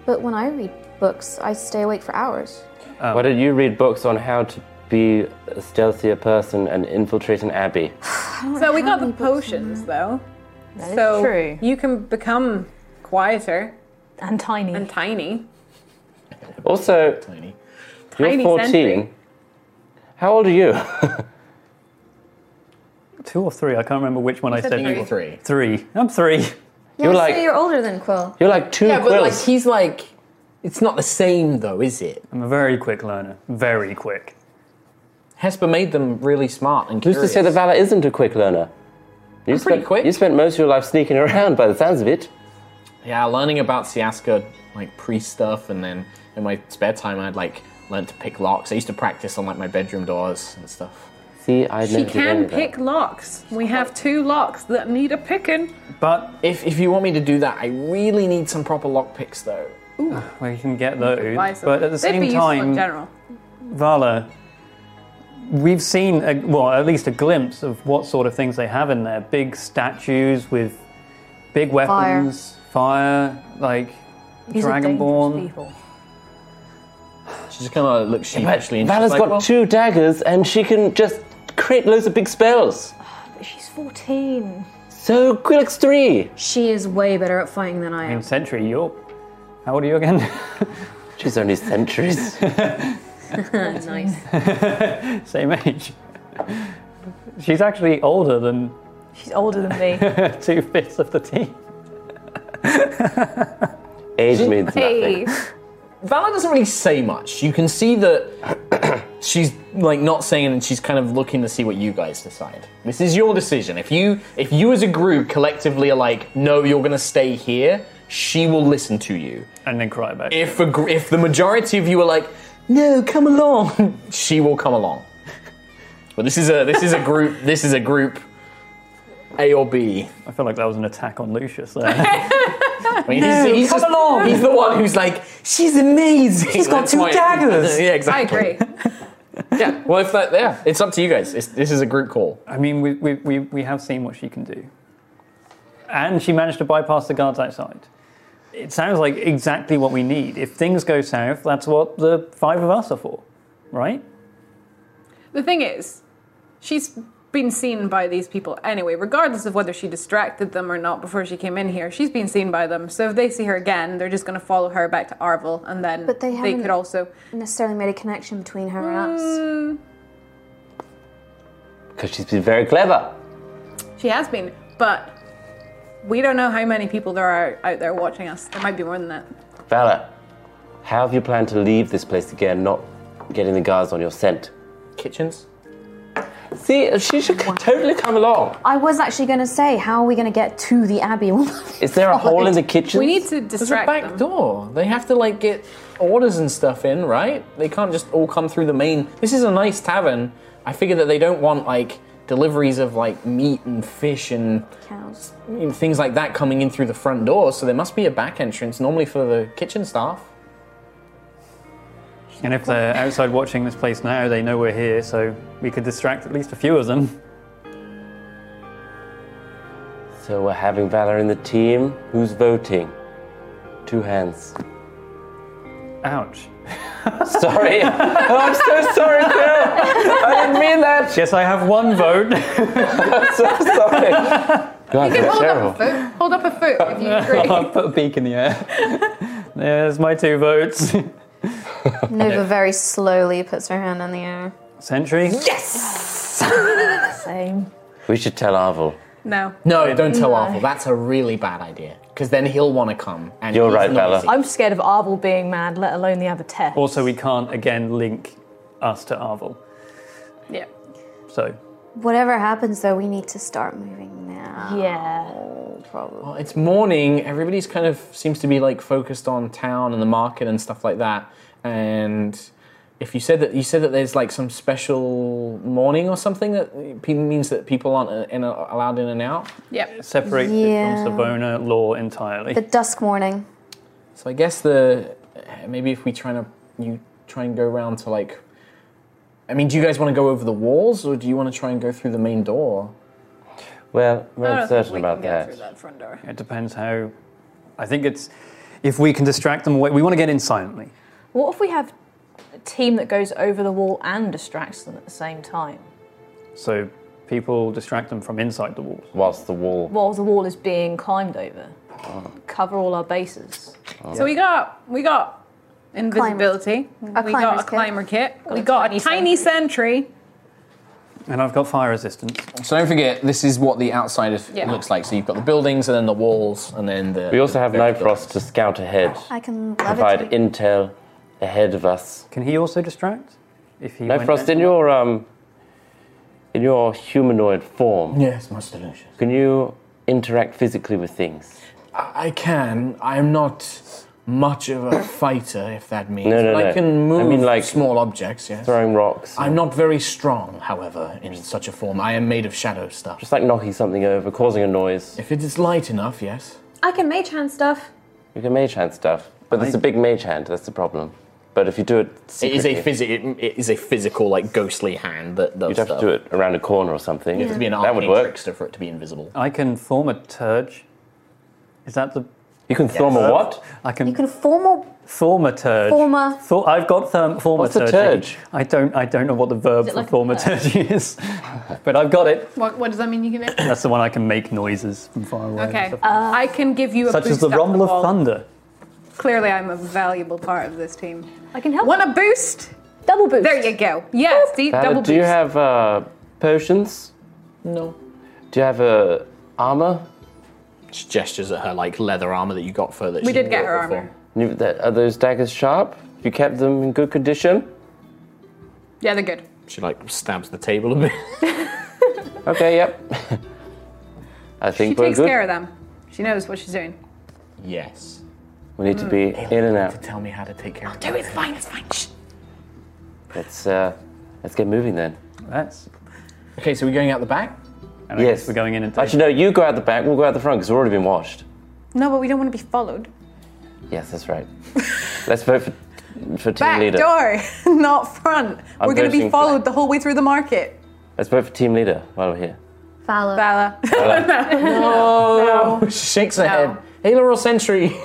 G: But when I read books, I stay awake for hours.
J: Why don't you read books on how to be a stealthier person and infiltrate an abbey?
G: Oh
A: So we got the potions though.
E: That is
A: so
E: true.
A: you can become quieter and tiny and tiny.
J: Also,
A: Tiny
J: you're 14.
A: sentry.
J: How old are you? *laughs*
I: Two or three? I can't remember which one
G: You
I: I
G: said
I: said.
G: three.
H: Three.
I: Three. I'm three.
G: Yeah, so you're older than Quill.
J: You're like two
H: yeah, but like he's like, it's not the same though, is it?
I: I'm a very quick learner. Very quick.
H: Hesper made them really smart and
J: Who's
H: curious.
J: to say that Valor isn't a quick learner? You
H: I'm
J: spent,
H: pretty quick.
J: You spent most of your life sneaking around by the sounds of it.
H: Yeah, learning about Siaska, like priest stuff, and then in my spare time, I'd like learn to pick locks. I used to practice on like my bedroom doors and stuff.
J: See, I
A: She can pick locks. We have two locks that need a picking.
I: But
H: if if you want me to do that, I really need some proper lock picks though.
I: We can get those,
A: Buy some.
I: but at the
A: They'd be
I: same
A: useful in
I: time,
A: general.
I: Vala, we've seen a, well at least a glimpse of what sort of things they have in there. Big statues with big
E: Fire.
I: weapons, fire, like
E: These are dangerous
I: dragonborn.
E: people.
H: She just kind of looks sheepishly. and she's
J: Valor's
H: like,
J: got
H: "Well,
J: two daggers and she can just create loads of big spells.
E: But she's 14.
J: So Quillix three.
G: She is way better at fighting than I
I: I mean,
G: am.
I: Sentry, you're how old are you again? *laughs*
J: She's only
H: *laughs*
J: centuries.
G: nice.
I: same age. She's actually older than
E: She's older than
I: *laughs*
E: me.
I: two fifths of the team.
J: Age means nothing.
H: Valor doesn't really say much. You can see that *coughs* she's like not saying, and she's kind of looking to see what you guys decide. This is your decision. If you if you as a group collectively are like, no, you're gonna stay here, she will listen to you
I: and then cry back.
H: If a, gr- if the majority of you are like, no, come along, *laughs* she will come along. But this is a this is a group this is a group A or B.
I: I feel like that was an attack on
E: *laughs*
I: Lucius there.
H: I mean,
I: No,
H: he's, he's
I: come
H: just-
I: along.
H: He's the one who's like, she's amazing.
I: She's got
H: That's
I: two
H: why-
I: daggers.
H: *laughs* yeah, exactly. yeah. Well, if that, yeah, it's up to you guys. It's, this is a group call.
I: I mean, we, we, we, we have seen what she can do. And she managed to bypass the guards outside. It sounds like exactly what we need. If things go south, that's what the five of us are for, right?
A: The thing is, she's been seen by these people anyway, regardless of whether she distracted them or not before she came in here. She's been seen by them, so if they see her again, they're just going to follow her back to Arvel, and then
G: But they haven't-
A: could also.
G: *laughs* Necessarily made a connection between her and us.
J: Because she's been very clever.
A: She has been, but we don't know how many people there are out there watching us. There might be more than that.
J: Valor, how have you planned to leave this place again, not getting the guards on your scent?
H: Kitchens?
J: See, she should totally come along.
G: I was actually going to say, how are we going to get to the abbey? *laughs*
J: Is there a hole in the kitchen?
A: to
H: There's a back door. They have to like get orders and stuff in, right? They can't just all come through the main. This is a nice tavern. I figure that they don't want like deliveries of like meat and fish and
G: cows,
H: things like that coming in through the front door. So there must be a back entrance, normally for the kitchen staff.
I: And if they're outside watching this place now, they know we're here, so we could distract at least a few of them.
J: So we're having Valor in the team. Who's voting? Two hands.
I: Ouch.
J: Sorry. oh, I'm so sorry, Phil. I didn't mean that.
I: Yes, I have one vote.
J: I'm so sorry.
A: You
I: God,
A: can hold up a foot. Hold up a foot
I: *laughs*
A: if you agree.
I: I'll put a beak in the air. *laughs* There's my two votes. *laughs*
G: Nova very slowly puts her hand in the air.
I: Sentry.
G: Yes! Same.
J: We should tell Arvel.
A: No.
H: No, don't tell
L: No.
H: Arthur. That's a really bad idea. Because then he'll want to come. And
J: You're
H: he's
J: right,
H: noisy.
J: Bella.
L: I'm scared of Arvel being mad, let alone the Abatette.
I: Also, we can't again link us to Arvel.
A: Yeah.
I: So
G: Whatever happens, though, we need to start moving now.
L: Yeah.
G: Probably.
H: Well, it's morning. Everybody's kind of seems to be like focused on town and the market and stuff like that. And if you said that you said that there's like some special morning or something that pe- means that people aren't uh, in, allowed in and out.
A: Yep.
I: separate
G: Yeah.
I: it from Savona law entirely.
G: The dusk morning.
H: So I guess the eh, maybe if we try to you try and go around to like. I mean, do you guys want to go over the walls, or do you want to try and go through the main door?
J: Well,
I: we're I don't think uncertain we
J: about
I: that.
A: front door.
I: It depends how. I think it's if we can distract them away. We want to get in silently.
L: What if we have a team that goes over the wall and distracts them at the same time?
I: So people distract them from inside the walls.
J: Whilst the wall.
L: While the wall is being climbed over, cover all our bases.
A: So we got we got invisibility. we got
L: climber's
A: a
L: kit.
A: climber kit. we got a tiny sentry.
I: And I've got fire resistance.
H: So don't forget, this is what the outside of
A: Yeah.
H: looks like. So you've got the buildings, and then the walls, and then the.
J: We also have
H: the-
J: Nifrost to scout ahead,
G: I can
J: provide
G: levitate.
J: intel ahead of us.
I: Can he also distract? If he went
J: Nifrost,
I: there?
J: in your um, in your humanoid form,
K: Yes, most delicious.
J: can you interact physically with things?
K: I I can. I'm not much of
H: *coughs*
K: a fighter, if that means.
J: No, no,
K: but
J: no.
K: I can move
J: I mean, like
K: small objects. Yes.
J: throwing rocks.
K: I'm not very strong, however, in such a form. I am made of shadow stuff.
J: Just like knocking something over, causing a noise.
K: If it is light enough, yes.
G: I can mage hand stuff.
J: You can mage hand stuff, but it's a big mage hand. That's the problem. But if you do it,
H: It is
J: secretly,
H: a physi- it is a physical, like ghostly hand that does
J: You'd have
H: stuff.
J: to do it around a corner or something.
H: You have to be an
J: that would
H: arcane
J: work.
H: trickster for it to be invisible.
I: I can form a turge. Is that the?
J: You can form a what?
I: I can.
G: You can form a
I: form a turge.
G: form a.
I: Thor- I've got therm-
J: What's a turge?
I: thaumaturgy. I don't. I don't know what the verb
A: Is it
I: for
A: like a
I: thaumaturgy is, *laughs* but I've got it.
A: What, what does that mean you can do?
I: That's the one I can make noises from far away. and
A: Okay.
I: stuff.
A: I can give you a
I: Such as
A: boost
I: the
A: up
I: rumble
A: wall.
I: of thunder.
A: Clearly, I'm a valuable part of this team.
L: I can help.
A: Want a boost?
L: Double boost.
A: There you go. Yes, deep
J: Valid,
A: double
J: do
A: boost.
J: you have uh, potions?
H: No.
J: Do you have uh, armor?
H: She gestures at her like leather armor that you got for that.
A: we
H: she
A: did get
H: wore
A: her
H: before.
A: armor.
J: You- that- Are those daggers sharp? You kept them in good condition?
A: Yeah, they're good.
H: She like stabs the table a bit.
J: Okay,
A: *laughs*
J: yep. I think
A: She
J: we're
A: takes
J: good.
A: care of them. She knows what she's doing.
H: *laughs* yes.
J: We need to be
A: Mm.
J: in and out.
K: To tell me how to take care of
A: Do it's fine. It's fine. Shh.
J: Let's uh, let's get moving then.
I: That's.
H: Okay, so we're going out the back.
I: And I
J: Yes.
I: guess we're going in and
J: Actually, no. You go out the back. We'll go out the front because we've already been washed.
A: No, but we don't want to be followed.
J: Yes, that's right. let's vote for for team
A: Back
J: leader.
A: door, *laughs* not front.
J: I'm
A: We're going to be
J: voting
A: followed the whole way through the market.
J: Let's vote for team leader while we're here.
G: Valor.
A: Bella.
H: Oh, she shakes her head. Halo or Sentry?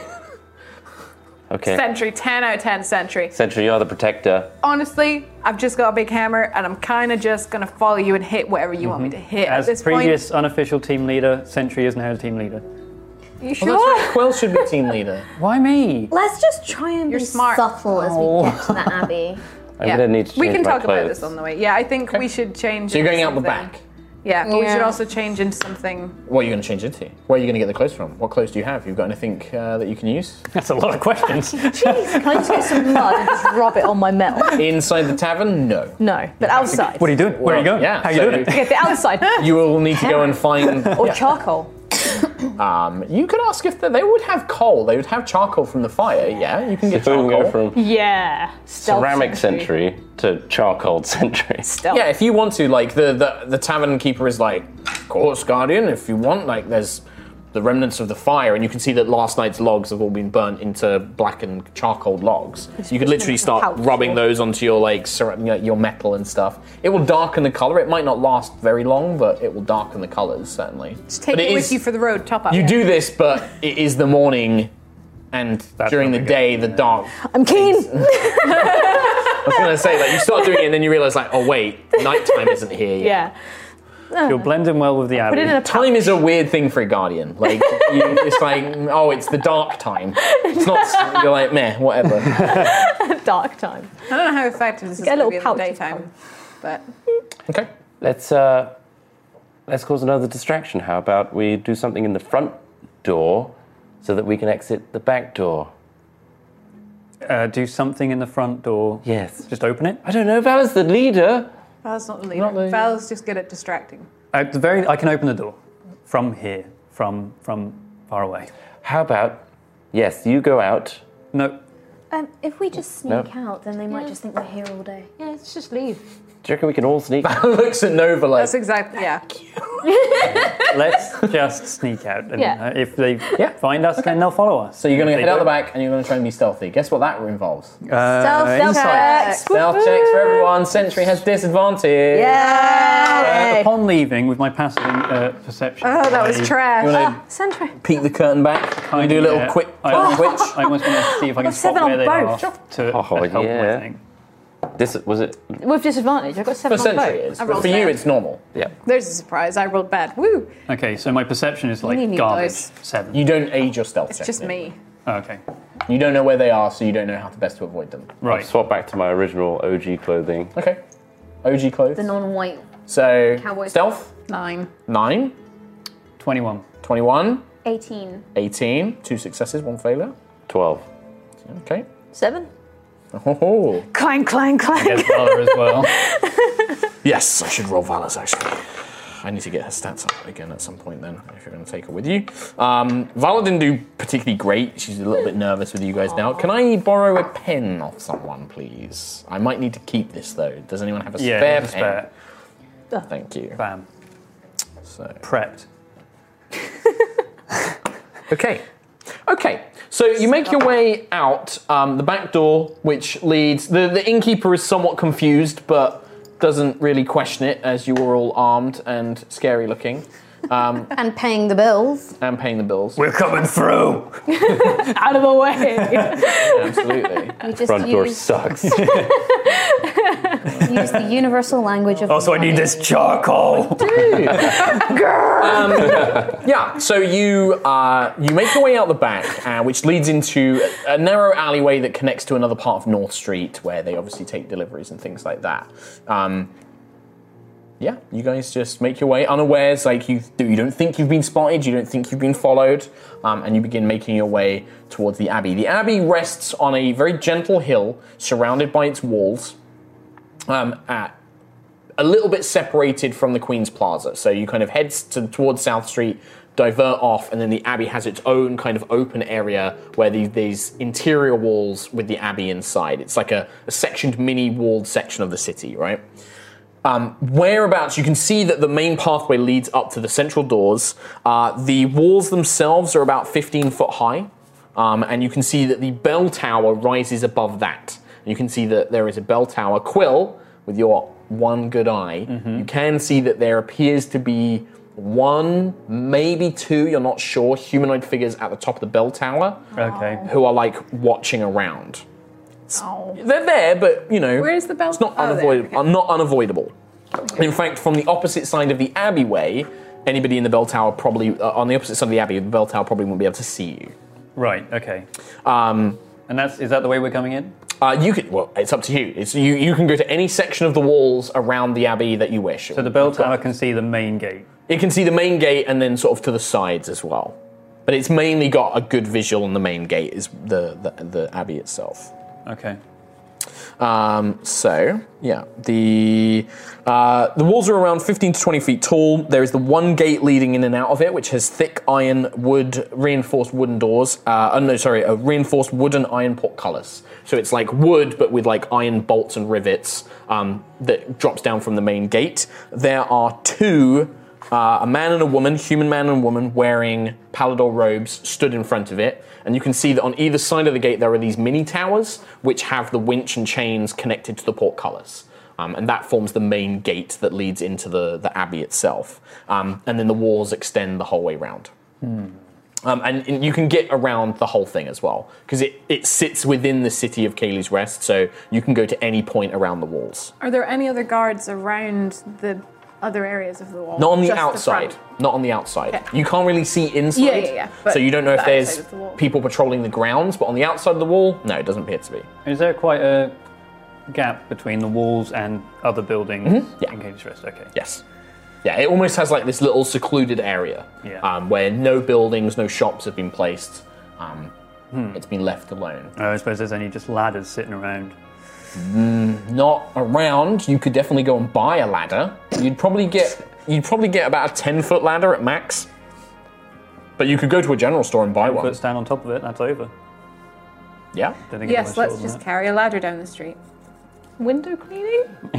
J: Okay.
A: Sentry, 10 out of 10 sentry.
J: Sentry, you're the protector.
A: Oh, Honestly, I've just got a big hammer and I'm kind of just going to follow you and hit whatever you want me to hit at
I: As
A: this
I: previous unofficial team leader, Sentry is now the team leader.
A: point. You
H: Well, that's
A: sure?
H: right. Quill should be team leader.
I: Why me?
G: Let's just try and
A: You're
G: be
A: smart.
G: subtle as
I: Oh.
G: we get to the abbey.
J: I'm gonna need to
A: we
J: change
A: can
J: my
A: talk about
J: clothes.
A: this on the way. Yeah, I think we should change.
H: So you're
A: it
H: going
A: to
H: out the
A: something.
H: back.
A: Yeah, but we should
M: Yeah.
A: also change into something.
H: What are you going to change into? Where are you going to get the clothes from? What clothes do you have? You've got anything uh, that you can use?
I: That's a lot of
A: *laughs*
I: questions.
L: Can I just get some mud and just rub it on my metal?
H: *laughs* Inside the tavern? No.
L: No, but outside.
I: are you doing?
H: Where are you going? Yeah. How
I: you doing
L: Okay, the outside.
H: *laughs* You will need to go and find.
L: Or charcoal.
H: Um, you could ask if they, they would have coal. They would have charcoal from the fire. Yeah, you can get
J: So we can
H: charcoal.
J: go from
L: Yeah.
J: ceramic century to charcoal *laughs* century.
H: Yeah, if you want to, like the, the the tavern keeper is like, of course, guardian. If you want, like, there's the remnants of the fire, and you can see that last night's logs have all been burnt into blackened charcoal logs. you could literally start rubbing those onto your like cera- you know, your metal and stuff. It will darken the color. It might not last very long, but it will darken the colors certainly.
A: Just take
H: But
A: it, with
H: is-
A: you for the road top up.
H: You do this, but it is the morning, and during the day, the dark.
L: I'm keen.
H: I was gonna say, like, you start doing it, and then you realize, like, oh wait, nighttime isn't
A: *laughs*
H: here yet.
L: *laughs* Yeah.
I: You're blending well with the abbey.
L: it in a
H: time is a weird thing for a guardian. Like, you, it's like, oh, it's the dark time. It's not. You're like, meh, whatever.
L: Dark time.
A: *laughs* I don't know how effective this is
L: Get a
A: going to
L: little
A: be in
L: pouch
A: the daytime, but
H: Okay. *laughs*
J: Let's uh, let's cause another distraction. How about we do something in the front door so that we can exit the back door?
I: Uh, do something in the front door.
J: Yes.
I: Just open it.
J: I don't know. Val's the leader.
A: Val's not the leader. Val's just good at distracting.
I: At the very, I can open the door from here, from from far away.
J: How about? Yes, you go out.
I: No.
G: Um, if we just
J: No.
G: sneak out, then they might just think we're here all day.
L: Yeah, let's just leave.
J: Do you reckon we can all sneak?
H: Val looks at Nova like.
A: That's exactly yeah.
I: Let's just sneak out. And
A: Yeah.
I: uh, if they find us, then they'll follow us.
H: *laughs* So you're gonna
I: If they
H: head out the
I: don't-
H: back, and you're gonna try and be stealthy. Guess what that involves?
I: Uh,
H: Insight.
L: Uh,
A: Uh,
H: Stealth checks for everyone. Sentry has disadvantage.
I: Uh, upon leaving with my passive uh, perception.
A: Oh,
L: Oh,
I: I-
H: You wanna
L: Centre.
H: peek the curtain back? Can we do a little
I: Yeah.
H: quick
I: I
H: quick
I: almost,
H: twitch?
I: I almost want to see if I can
L: I've got seven
I: spot where
L: on
I: they are
L: both.
I: to
J: Oh
I: help my
J: yeah.
I: thing.
J: *laughs* This was it.
L: With disadvantage. I've got
H: For
L: seven on
H: Sentry,
L: both.
H: it is.
A: I
H: But
A: rolled
H: for you,
A: bad.
H: it's normal.
J: Yeah.
A: There's a surprise. I rolled bad. Woo!
I: Okay, so my perception is like
A: need new
I: garbage.
A: dice.
I: Seven.
H: You don't aid your stealth.
A: It's just me.
I: Okay.
H: You don't know where they are, so you don't know how to best to avoid them.
J: Right. Swap back to my original OG clothing.
H: Okay. OG clothes.
G: The non-white
H: So
G: cowboy.
H: stealth
A: Nine.
H: nine.
I: 21.
H: 21,
G: 18.
H: 18, two successes, one failure.
J: 12.
H: Okay.
L: Seven.
H: Oh.
L: Clang, clang, clang.
I: Valor as
H: *laughs*
I: well.
H: yes, I should roll Valor's actually. I need to get her stats up again at some point then, if you're going to take her with you. Um, Valor didn't do particularly great. She's a little bit nervous with you guys now. Can I borrow a pen off someone, please? I might need to keep this though. Does anyone have a
I: Yeah,
H: spare
I: there's a
H: pen?
I: spare.
H: Thank you.
I: Bam.
H: So.
I: Prepped.
H: *laughs* Okay. Okay. So you make your way out um, the back door, which leads. The, the innkeeper is somewhat confused, but doesn't really question it as you were all armed and scary looking um,
N: and paying the bills.
H: and paying the bills.
I: We're coming through.
L: Out of the
G: *laughs*
L: way.
H: Absolutely.
N: You just
J: Front door
N: use,
G: *laughs*
J: sucks.
N: use the universal language of.
I: Also, I need this charcoal.
H: Um, yeah. So you uh, you make your way out the back, uh, which leads into a narrow alleyway that connects to another part of North Street, where they obviously take deliveries and things like that. Um, yeah, you guys just make your way unawares. Like you, you don't think you've been spotted, you don't think you've been followed, um, and you begin making your way towards the abbey. The abbey rests on a very gentle hill, surrounded by its walls. Um, at a little bit separated from the Queen's Plaza. So you kind of head to, towards South Street, divert off, and then the Abbey has its own kind of open area where these, these interior walls with the Abbey inside. It's like a, a sectioned mini walled section of the city, right? Um, whereabouts, you can see that the main pathway leads up to the central doors. Uh, the walls themselves are about 15 foot high, um, and you can see that the bell tower rises above that. You can see that there is a bell tower. Quill, with your one good eye, you can see that there appears to be one, maybe two, you're not sure, humanoid figures at the top of the bell tower
I: Okay.
H: who are like watching around.
A: Oh.
H: They're there, but you know,
A: Where is the bell? Oh,
H: it's not unavoidable. Not unavoidable. In fact, from the opposite side of the Abbey Way, anybody in the bell tower probably uh, on the opposite side of the Abbey, the bell tower probably won't be able to see you.
I: Right, okay.
H: Um,
I: And that's is that the way we're coming in?
H: Uh, you could. Well, it's up to you. It's you. You can go to any section of the walls around the abbey that you wish. So
I: the bell tower can see the main gate.
H: It can see the main gate and then sort of to the sides as well. But it's mainly got a good visual on the main gate. Is the the, the abbey itself.
I: Okay.
H: Um, so yeah, the uh, the walls are around 15 to 20 feet tall. There is the one gate leading in and out of it, which has thick iron wood reinforced wooden doors. Uh, oh no, sorry, uh, reinforced wooden iron portcullis. So it's like wood, but with like iron bolts and rivets um, that drops down from the main gate. There are two. Uh, a man and a woman, human man and woman, wearing Palador robes, stood in front of it. And you can see that on either side of the gate there are these mini towers, which have the winch and chains connected to the portcullis. Um, and that forms the main gate that leads into the, the abbey itself. Um, and then the walls extend the whole way round. Um, and, and you can get around the whole thing as well, because it, it sits within the city of Cayley's Rest, so you can go to any point around the walls.
A: Are there any other guards around the other areas of the wall?
H: Not on the
A: Just
H: outside.
A: front?
H: Not on the outside.
A: Okay.
H: You can't really see inside.
A: Yeah, yeah, yeah, but
H: So you don't know if
A: the outside
H: there's
A: of the wall.
H: people patrolling the grounds, but on the outside of the wall, no, it doesn't appear to be.
I: Is there quite a gap between the walls and other buildings
A: Mm-hmm.
I: yeah. in Cage's Rest? Okay.
H: Yes. Yeah, it almost has like this little secluded area
I: Yeah.
H: um, where no buildings, no shops have been placed. Um,
I: Hmm.
H: It's been left alone.
I: Uh, I suppose there's only just ladders sitting around.
H: Mm, not around. You could definitely go and buy a ladder. You'd probably get you'd probably get about a ten foot ladder at max. But you could go to a general store and buy one.
I: Put stand on top of it, that's over.
H: Yeah.
I: Don't think
A: Yes,
I: anyone's
A: let's
I: short
A: just
I: on
A: carry a ladder down the street.
L: Window
A: *laughs*
L: cleaning?
H: *laughs*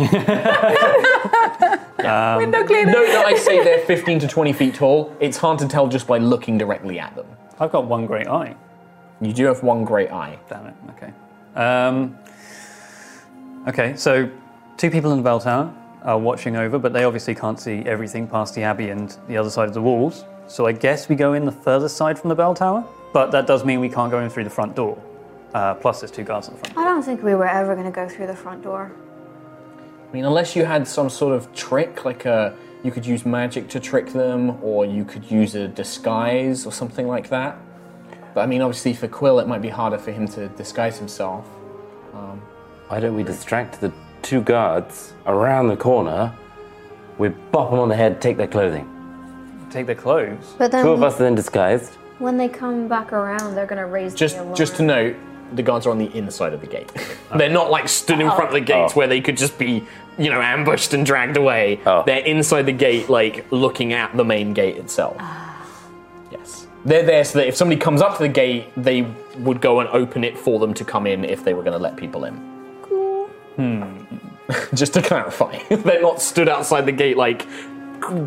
H: Um,
A: Window cleaner.
H: Note that I say they're 15 to 20 feet tall. It's hard to tell just by looking directly at them.
I: I've got one great eye.
H: You do have one great eye.
I: Damn it. Okay. Um, okay, so two people in the bell tower are watching over, but they obviously can't see everything past the abbey and the other side of the walls. So I guess we go in the further side from the bell tower, but that does mean we can't go in through the front door. Uh, plus, there's two guards in front.
O: I don't think we were ever going to go through the front door.
H: I mean, unless you had some sort of trick, like a, you could use magic to trick them, or you could use a disguise or something like that. But I mean, obviously for Quill, it might be harder for him to disguise himself. Um,
J: Why don't we distract the two guards around the corner? We bop them on the head, take their clothing.
I: Take their clothes.
O: But then
J: two of
O: we-
J: us are then disguised.
O: When they come back around, they're going to raise
H: just,
O: the alarm.
H: just to note, the guards are on the inside of the gate. *laughs* Oh. They're not like stood in front of the gates where they could just be, you know, ambushed and dragged away. They're inside the gate, like looking at the main gate itself.
O: Ah.
H: yes. They're there so that if somebody comes up to the gate, they would go and open it for them to come in if they were going to let people in.
I: Hmm.
H: *laughs* Just to clarify, *laughs* they're not stood outside the gate like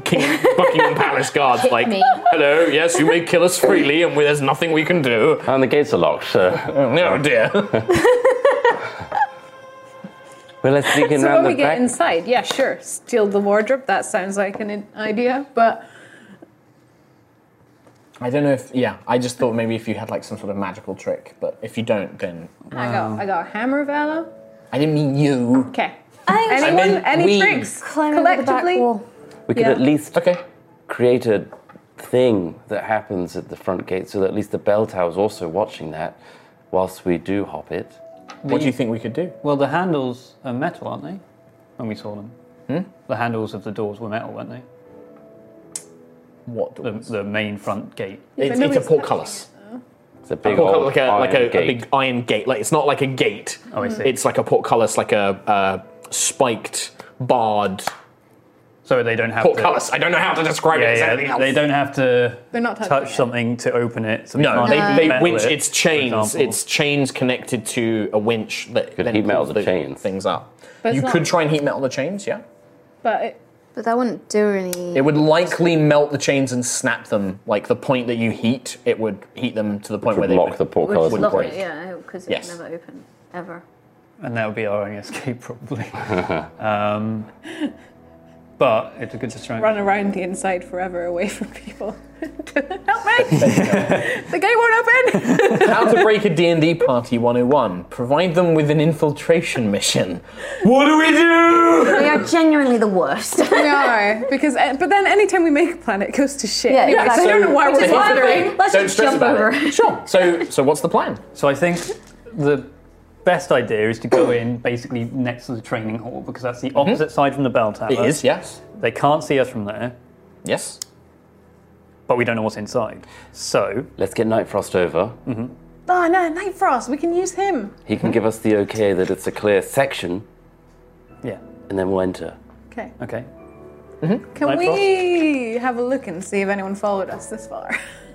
H: King Buckingham Palace guards,
O: Hit
H: like,
O: me.
H: hello, yes, you may kill us freely and we, there's nothing we can do.
J: And the gates are locked, so. *laughs*
H: oh dear.
J: well, let's sneak in
A: so
J: round
A: when
J: the
A: we get
J: back.
A: inside, yeah, sure, steal the wardrobe. That sounds like an i- idea, but
H: I don't know if, yeah, I just thought maybe if you had like some sort of magical trick, but if you don't, then.
A: I got I got a hammer, Vela.
H: I didn't mean you.
A: Okay.
O: I think
A: Anyone,
O: meant
A: any
J: we.
A: tricks?
O: Climb over the back
A: Collectively,
O: wall.
J: We could
A: Yeah.
J: at least
H: okay.
J: create a thing that happens at the front gate so that at least the bell tower's also watching that whilst we do hop it.
H: What do you think we could do?
I: Well, the handles are metal, aren't they? When we saw them.
H: Hmm?
I: The handles of the doors were metal, weren't they?
H: What
I: The, the main front gate.
H: It's, it's a portcullis.
J: It's a *laughs*
I: big
H: portcullis,
I: old
H: like a, like
I: iron
H: a, a big iron gate. Like it's not like a gate.
I: Oh, I see.
H: It's like a portcullis, like a uh, spiked, barred
I: So they don't have
H: portcullis.
I: to.
H: I don't know how to describe it. It's
I: Yeah,
H: anything
I: yeah.
H: else.
I: They don't have to
A: They're not touching
I: touch something to open it. So
H: No,
I: they, can't
H: they, they
I: metal
H: winch.
I: it,
H: it's
I: for
H: chains.
I: example.
H: It's chains connected to a winch that could
J: heat metal the
H: chains things up.
O: But it's
H: you
O: not-
H: could try and heat metal the chains. Yeah,
A: but it,
O: but that wouldn't do any.
H: it would likely melt the chains and snap them. Like the point that you heat, it would heat them to the point where
J: would
H: they
J: lock
H: would,
J: the portcullis
H: would
J: in
H: break. *laughs*
J: place.
O: Yeah, because
H: Yes.
O: it would never open ever.
I: and that would be our only escape,
H: *laughs*
I: probably. um, but it's a good distraction.
A: run around the inside forever, away *laughs* from people. Help me! the gate won't open.
H: How to break a D&D party 101. Provide them with an infiltration mission. What do we do?
O: We are genuinely the worst.
A: *laughs* we are because, uh, but then anytime we make a plan, it goes to shit.
O: Yeah,
A: anyway,
O: exactly.
A: so I don't know why
O: Which
A: we're
O: is why
A: bothering.
O: Let's just jump over.
H: Sure. So, so what's the plan?
I: So I think the best idea is to go in basically next to the training hall because that's the opposite side from the bell tower.
H: Mm-hmm. It is, yes.
I: They can't see us from there.
H: Yes.
I: But we don't know what's inside. So.
J: Let's get Night Frost over.
I: Mm-hmm.
A: Oh no, Night Frost. We can use him.
J: He can give us the okay that it's a clear section.
I: Yeah.
J: And then we'll enter.
A: Okay.
I: Okay.
A: Can
I: Night
A: we have a look and see if anyone followed us this far?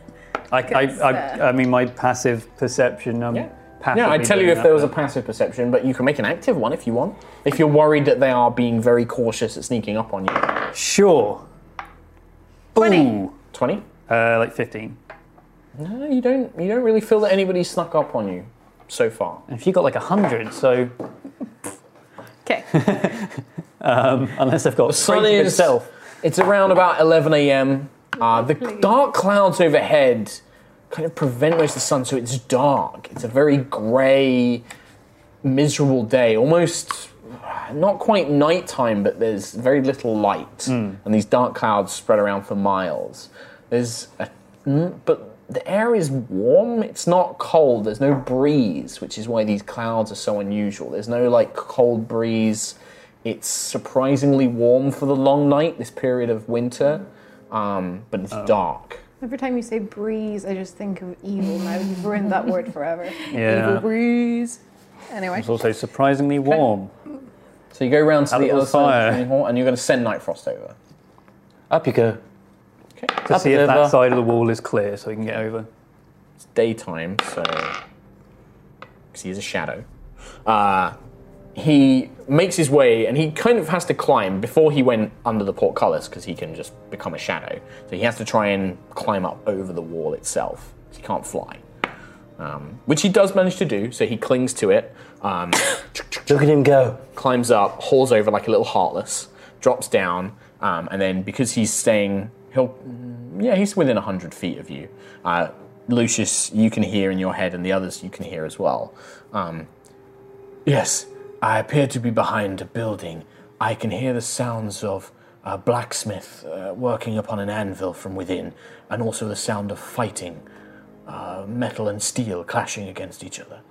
A: *laughs*
I: I, I,
A: Because, uh,
I: I, I mean, my passive perception. Um, passively
H: Yeah, I'd tell you
I: doing
H: if
I: that,
H: there was a
I: but-
H: passive perception, but you can make an active one if you want. If you're worried that they are being very cautious at sneaking up on you.
I: Sure. 20.
H: 20?
I: Uh, like 15.
H: No, you don't. You don't really feel that anybody snuck up on you so far.
I: And she got like 100, so.
A: Okay.
I: um, unless they've got
H: The sun
I: strength
H: is.
I: itself.
H: It's around about 11 a.m. Uh, the dark clouds overhead kind of prevent most of the sun, so it's dark. It's a very grey, miserable day. Almost not quite nighttime, but there's very little light, and these dark clouds spread around for miles. There's a, mm, but the air is warm. It's not cold. There's no breeze, which is why these clouds are so unusual. There's no like cold breeze. It's surprisingly warm for the long night, this period of winter, um, but
I: Oh.
H: it's dark.
A: Every time you say breeze, I just think of evil. Now you've ruined that *laughs* word forever.
I: Yeah.
A: Evil breeze. Anyway.
I: It's also surprisingly warm.
H: So you go round to
I: Have
H: the
I: a
H: other side of
I: fire.
H: the training hall, and you're going to send Night Frost over.
J: Up you go.
I: To
H: Up
I: see if
H: and
I: that
H: over.
I: side of the wall is clear so we can get over.
H: It's daytime, so because he is a shadow. Uh, he makes his way, and he kind of has to climb before he went under the portcullis because he can just become a shadow. So he has to try and climb up over the wall itself. He can't fly, um, which he does manage to do. So he clings to it. Um,
J: Look at him go.
H: climbs up, hauls over like a little heartless, drops down, um, and then because he's staying, he'll, mm, yeah, he's within 100 feet of you. Uh, Lucius, you can hear in your head, and the others you can hear as well. Um,
K: Yes, I appear to be behind a building. I can hear the sounds of a blacksmith uh, working upon an anvil from within, and also the sound of fighting, uh, metal and steel clashing against each other.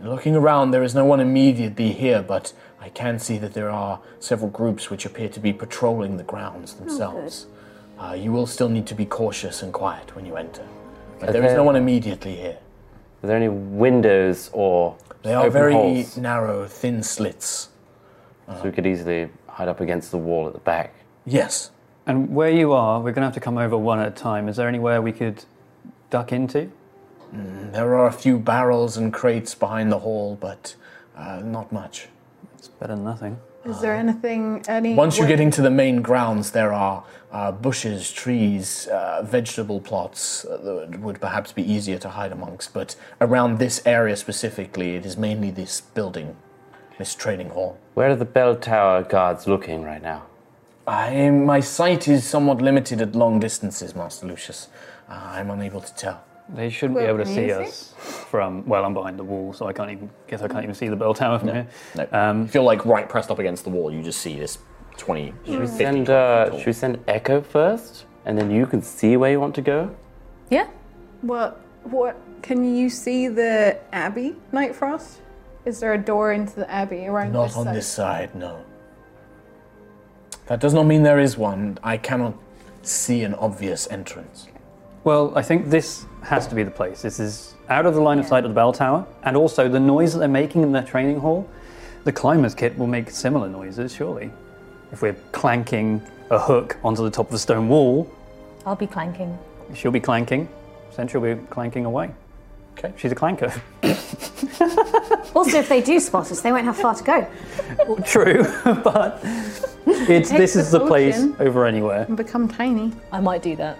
K: Looking around, there is no one immediately here, but I can see that there are several groups which appear to be patrolling the grounds themselves. uh, you will still need to be cautious and quiet when you enter, but there is
J: Okay.
K: no one immediately here.
J: Are there any windows or
K: They are
J: open
K: very
J: holes?
K: narrow, thin slits.
J: So we could easily hide up against the wall at the back.
K: Yes.
I: And where you are, we're going to have to come over one at a time. Is there anywhere we could duck into?
K: Mm, There are a few barrels and crates behind the hall, but uh, not much.
I: It's better than nothing.
A: Is there anything, any.
K: Once you
A: what-
K: get into the main grounds, there are uh, bushes, trees, uh, vegetable plots uh, that would perhaps be easier to hide amongst, but around this area specifically, it is mainly this building, this training hall.
J: Where are the bell tower guards looking right now?
K: I, my sight is somewhat limited at long distances, Master Lucius. Uh, I'm unable to tell.
I: They shouldn't be
K: Well,
I: able to
K: can
I: see
K: you
I: us from. Well, I'm behind the wall, so I can't even. Guess I can't even see the bell tower from here.
H: No.
J: Um,
H: if you're like right pressed up against the wall, you just see this 20,
J: Should we
H: 50.
J: send, uh, should we send Echo first? And then you can see where you want to go?
A: Yeah. What? What? Can you see the abbey, Night Frost? Is there a door into the abbey around
K: Not
A: this
K: on
A: side?
K: this side, no. That does not mean there is one. I cannot see an obvious entrance.
I: Well, I think this has to be the place. This is out of the line of sight of the bell tower, and also the noise that they're making in their training hall. The climbers kit will make similar noises, surely. If we're clanking a hook onto the top of a stone wall,
L: I'll be clanking.
I: she'll be clanking. Sentry will be clanking away.
H: Okay.
I: She's a clanker.
O: *laughs*
I: *laughs*
O: Also, if they do spot us, they won't have far to go.
I: True, *laughs* but it's,
O: Take
I: this
O: the
I: is the place
O: potion.
I: over anywhere.
A: And become tiny.
L: I might do that.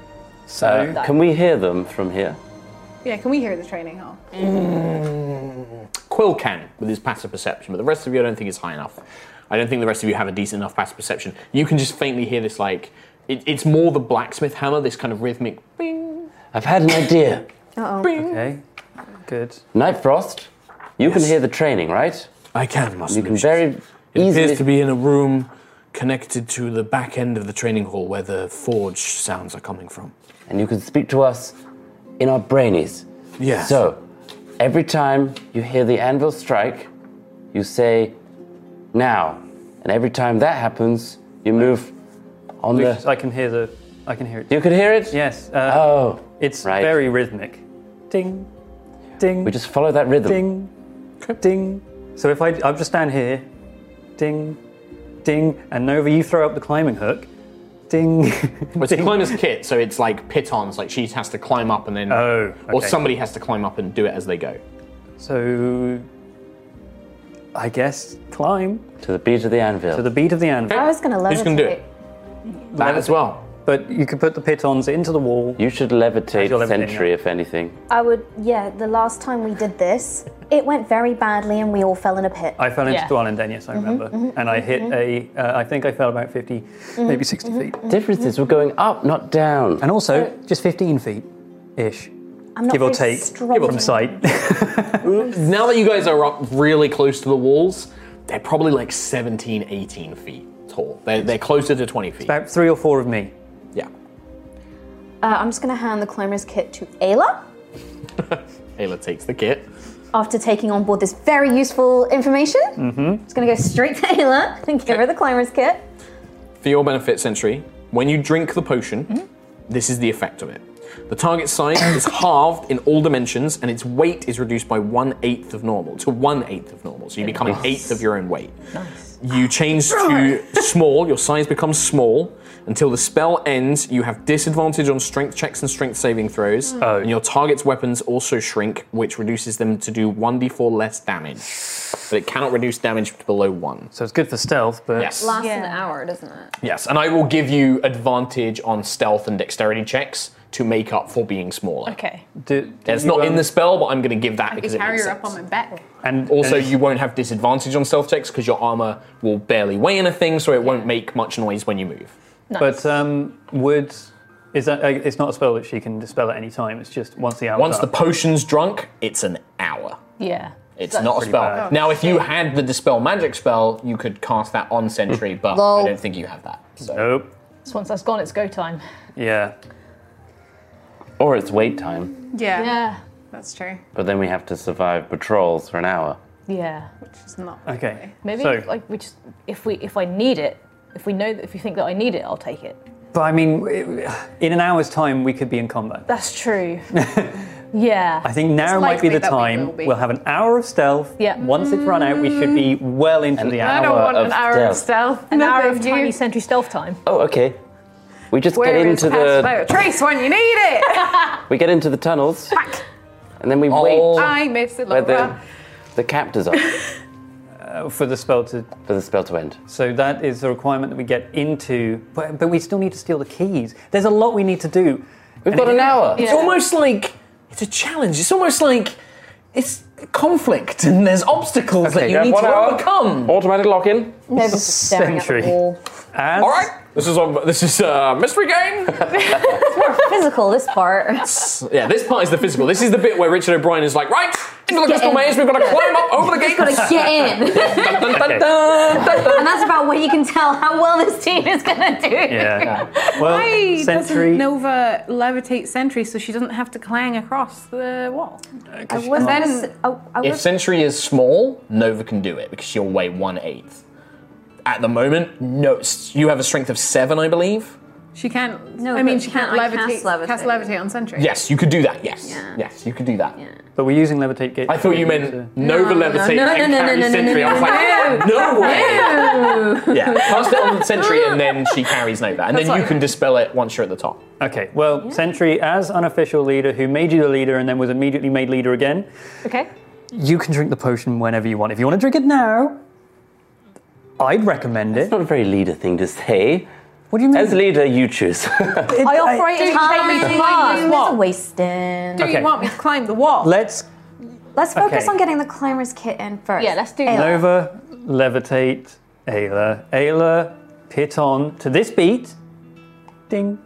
I: So,
J: Uh, can we hear them from here?
A: Yeah. Can we hear the training hall?
H: Quill can with his passive perception, but the rest of you I don't think is high enough. I don't think the rest of you have a decent enough passive perception. You can just faintly hear this like it, it's more the blacksmith hammer, this kind of rhythmic bing.
J: I've had an idea.
O: Uh oh.
I: Okay, good.
J: Night Frost, you can hear the training, right?
K: I can, Master
J: You can
K: Lucius.
J: very
K: It
J: easily.
K: appears to be in a room connected to the back end of the training hall where the forge sounds are coming from.
J: And you can speak to us in our brainies.
K: Yes.
J: So, Every time you hear the anvil strike, you say, now. And every time that happens, you move on the.
I: I can hear the. I can hear it.
J: You could hear it?
I: Yes. Uh,
J: oh.
I: It's
J: right.
I: very rhythmic. Ding, ding.
J: We just follow that rhythm.
I: Ding, ding. So if I, I'll just stand here, ding, ding, and Nova, you throw up the climbing hook,
J: *laughs*
I: ding.
H: Well, it's a climber's kit, so it's like pitons. Like she has to climb up and then,
I: *laughs* Oh,
H: or
I: okay.
H: somebody has to climb up and do it as they go.
I: So, I guess climb
J: to the beat of the anvil.
I: To the beat of the anvil.
O: I was going to levitate.
I: That as
H: well.
I: But you could put the pitons into the wall.
J: You should levitate
I: You're levitating,
J: Sentry,
I: yeah.
J: if anything.
O: I would, yeah, the last time we did this, it went very badly and we all fell in a pit.
I: I fell into
O: yeah.
I: the island then, yes,
O: Mhm,
I: I
J: Mm-hmm,
I: remember.
O: mhm,
I: and I hit a, uh, I think I fell about 50,
J: Mm-hmm,
I: maybe 60 feet.
J: Differences, we're going up, not down.
I: And also, just 15 feet ish.
O: I'm not
I: give or
O: very
I: take
O: strong. Give or
I: from
O: take.
I: sight. *laughs*
H: now that you guys are up really close to the walls, they're probably like 17, 18 feet tall. They're, they're closer to 20 feet.
I: about three or four of me.
H: Yeah.
O: Uh, I'm just going to hand the climber's kit to Ayla
H: Ayla takes the kit.
O: after taking on board this very useful information.
H: Mm-hmm.
O: It's going to go straight to Ayla and give her the climber's kit.
H: For your benefit, Sentry, when you drink the potion, this is the effect of it. The target size is halved in all dimensions, and its weight is reduced by one eighth of normal to one eighth of normal. So you become an
K: Nice.
H: eighth of your own weight. You change to small, your size becomes small. Until the spell ends, you have disadvantage on strength checks and strength saving throws.
I: Oh.
H: And your target's weapons also shrink, which reduces them to do 1d4 less damage. But it cannot reduce damage below 1.
I: So it's good for stealth, but.
H: Yes.
L: Lasts an hour, doesn't it?
H: Yes, and I will give you advantage on stealth and dexterity checks to make up for being smaller.
L: Okay.
H: it's not
L: um,
H: in the spell, but I'm going to give that
A: I
H: because
A: could
H: it
A: carry
H: makes
A: her
H: sense.
A: up on my back.
I: um, And
H: also, you won't have disadvantage on stealth checks because your armor will barely weigh anything, so it won't make much noise when you move.
I: But um, would. Is that, uh, it's not a spell that she can dispel at any time, it's just once the hour.
H: Once the potion's drunk, it's an hour.
L: Yeah.
H: It's
L: That's
H: not a
L: pretty
H: spell.
L: bad.
H: now, if you had the dispel magic spell, you could cast that on
L: *laughs*
H: Sentry, but I
L: Lol.
H: don't think you have that. So.
I: Nope.
L: So once that's gone, it's go time.
I: Yeah.
J: Or it's wait time,
A: Yeah.
L: Yeah.
A: That's true.
J: but then we have to survive patrols for an hour.
L: Yeah.
A: Which is not.
J: Okay.
L: Maybe
J: So-
L: like we just if we if I need it, if we know that if you think that I need it, I'll take it.
I: But I mean, it- in an hour's time, we could be in combat.
L: That's true. yeah.
I: I think now
L: It's
I: might be
L: likely
I: the
L: that we
I: time
L: will be.
I: will have an hour of stealth.
L: Yeah.
I: Once it's run out, we should be well into the hour.
L: I don't want an hour of
A: stealth.
L: An hour of tiny sentry stealth time.
J: Oh, okay. We just
A: Where
J: get
A: is
J: into
A: Pat's
J: the
A: boat? Trace when you need it.
J: we get into the tunnels, and then we
I: Oh.
J: wait
A: I miss it,
J: where the,
A: Laura.
J: the captors are
I: uh, for the spell to
J: for the spell to end.
I: So that is the requirement that we get into, but, but we still need to steal the keys. There's a lot we need to do. We've
J: got an hour.
K: It's almost like it's a challenge. It's almost like it's conflict and there's obstacles that you need to overcome.
J: Automatic lock in.
O: Nobody's just staring at the wall.
H: All right, this is on, this is uh, mystery game.
O: It's more physical, this *laughs* part.
H: Yeah, this part is the physical. This is the bit where Richard O'Brien is like, right, into the
O: Get
H: crystal
O: in.
H: maze, we've got to climb up over the
O: Just
H: *laughs* gate.
O: gotta get *laughs* in. and that's about when you can tell how well this team is gonna do.
I: Well,
A: Why
I: Sentry-
A: doesn't Nova levitate Sentry so she doesn't have to clang across the wall?
O: I was
A: then,
O: I, I
H: If
O: was
H: Sentry is small, Nova can do it because she'll weigh one eighth. At the moment, no, you have a strength of seven, I believe.
A: she can't.
O: No,
A: I mean,
O: but
A: she can't,
O: can't I
A: levitate,
O: cast levitate?
A: cast levitate on Sentry.
H: Yes, you could do that. Yes, yes, you could do that.
I: But we're using levitate gate.
H: I thought you meant Nova levitate
A: no,
H: and
A: no, no,
H: carry
A: no, no,
H: Sentry. I was
A: no,
H: like, no
A: no.
H: way. yeah, cast it on the Sentry and then she carries Nova, and
I: That's
H: then you
I: like-
H: can dispel it once you're at the top.
I: Okay. Well, Sentry, as unofficial leader who made you the leader and then was immediately made leader again,
L: Okay.
I: you can drink the potion whenever you want. If you want to drink it now, I'd recommend it.
J: It's not a very leader thing to say.
I: What do you mean?
J: As leader, you
I: *laughs*
J: choose.
O: I operate
A: Do
O: in
A: you want me to climb the
O: time.
A: wall?
O: It's wasting.
A: Do you want me to climb the wall?
I: Let's
O: Let's focus
I: Okay.
O: on getting the climber's kit in first. Yeah, let's do
I: Nova, levitate, Ayla. Ayla, pit on to this beat. Ding,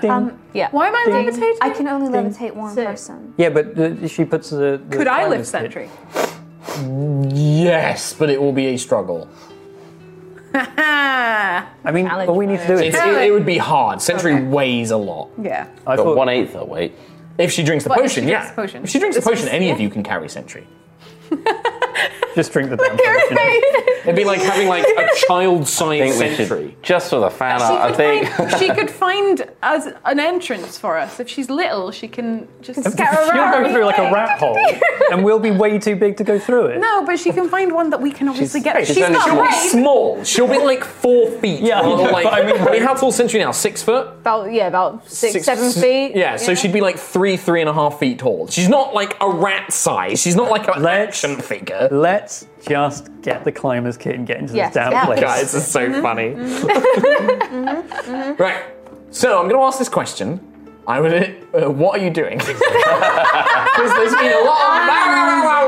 I: ding.
A: Um,
L: yeah.
A: Why am I
I: Ding.
A: levitating?
O: I can only levitate one person.
I: yeah, but the, she puts the. the
A: Could I live
I: climber's kit-
A: Sentry? *laughs*
H: Yes, but it will be a struggle.
A: yeah.
I: I mean, but we need to do
H: It's-
I: it.
H: it, it would be hard. Sentry weighs a lot.
A: Yeah.
J: *laughs*
I: I
J: Got
I: thought-
J: one eighth. Oh wait.
H: If she drinks the
A: Well, if
H: potion,
A: she drinks
H: yeah.
A: the potion.
H: If she drinks the
A: This
H: potion,
A: is-
H: any of
A: yeah.
H: you can carry sentry.
I: Just drink the damn
A: *laughs*
H: It'd be like having like a child-sized sentry.
J: Just for the fan
A: She
J: art, I
A: could
J: think.
I: *laughs*
A: find- she could find as an entrance for us. If she's little, she can just
I: *laughs*
A: scout
I: You'll
A: around.
I: go through like a
A: *laughs*
I: rat hole, and we'll be way too big to go through it.
A: No, but she can find one that we can obviously get. She's, not
H: she'll be
A: away.
H: small. She'll be like four feet.
I: Yeah,
H: or,
I: yeah,
H: like,
I: but I
H: I,
I: mean,
H: mean, how tall's sentry now? Six foot.
L: About yeah, about six, seven feet.
H: Yeah, so she'd be like three, three and a half feet tall. She's not like a rat size. She's not like an action figure.
I: Let's just get the climbers kit and get into
H: Yes,
I: this damn
H: yeah.
I: place. *laughs*
H: *laughs* Guys, this is so
L: Mm-hmm.
H: Mhm. funny. *laughs* Right. So I'm going to ask this question. I would. Uh, what are you doing? *laughs* Because there's been a lot of.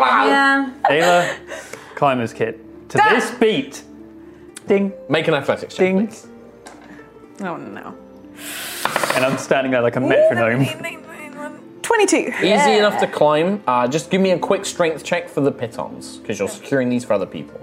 L: Um,
O: Yeah.
H: *laughs*
I: Ayla, climbers kit to this beat. Ding.
H: Make an athletics check.
I: Ding.
A: Oh no.
I: And I'm standing there like a metronome. *laughs*
A: Twenty-two.
H: Easy enough to climb. Uh, just give me a quick strength check for the pitons because you're securing these for other people.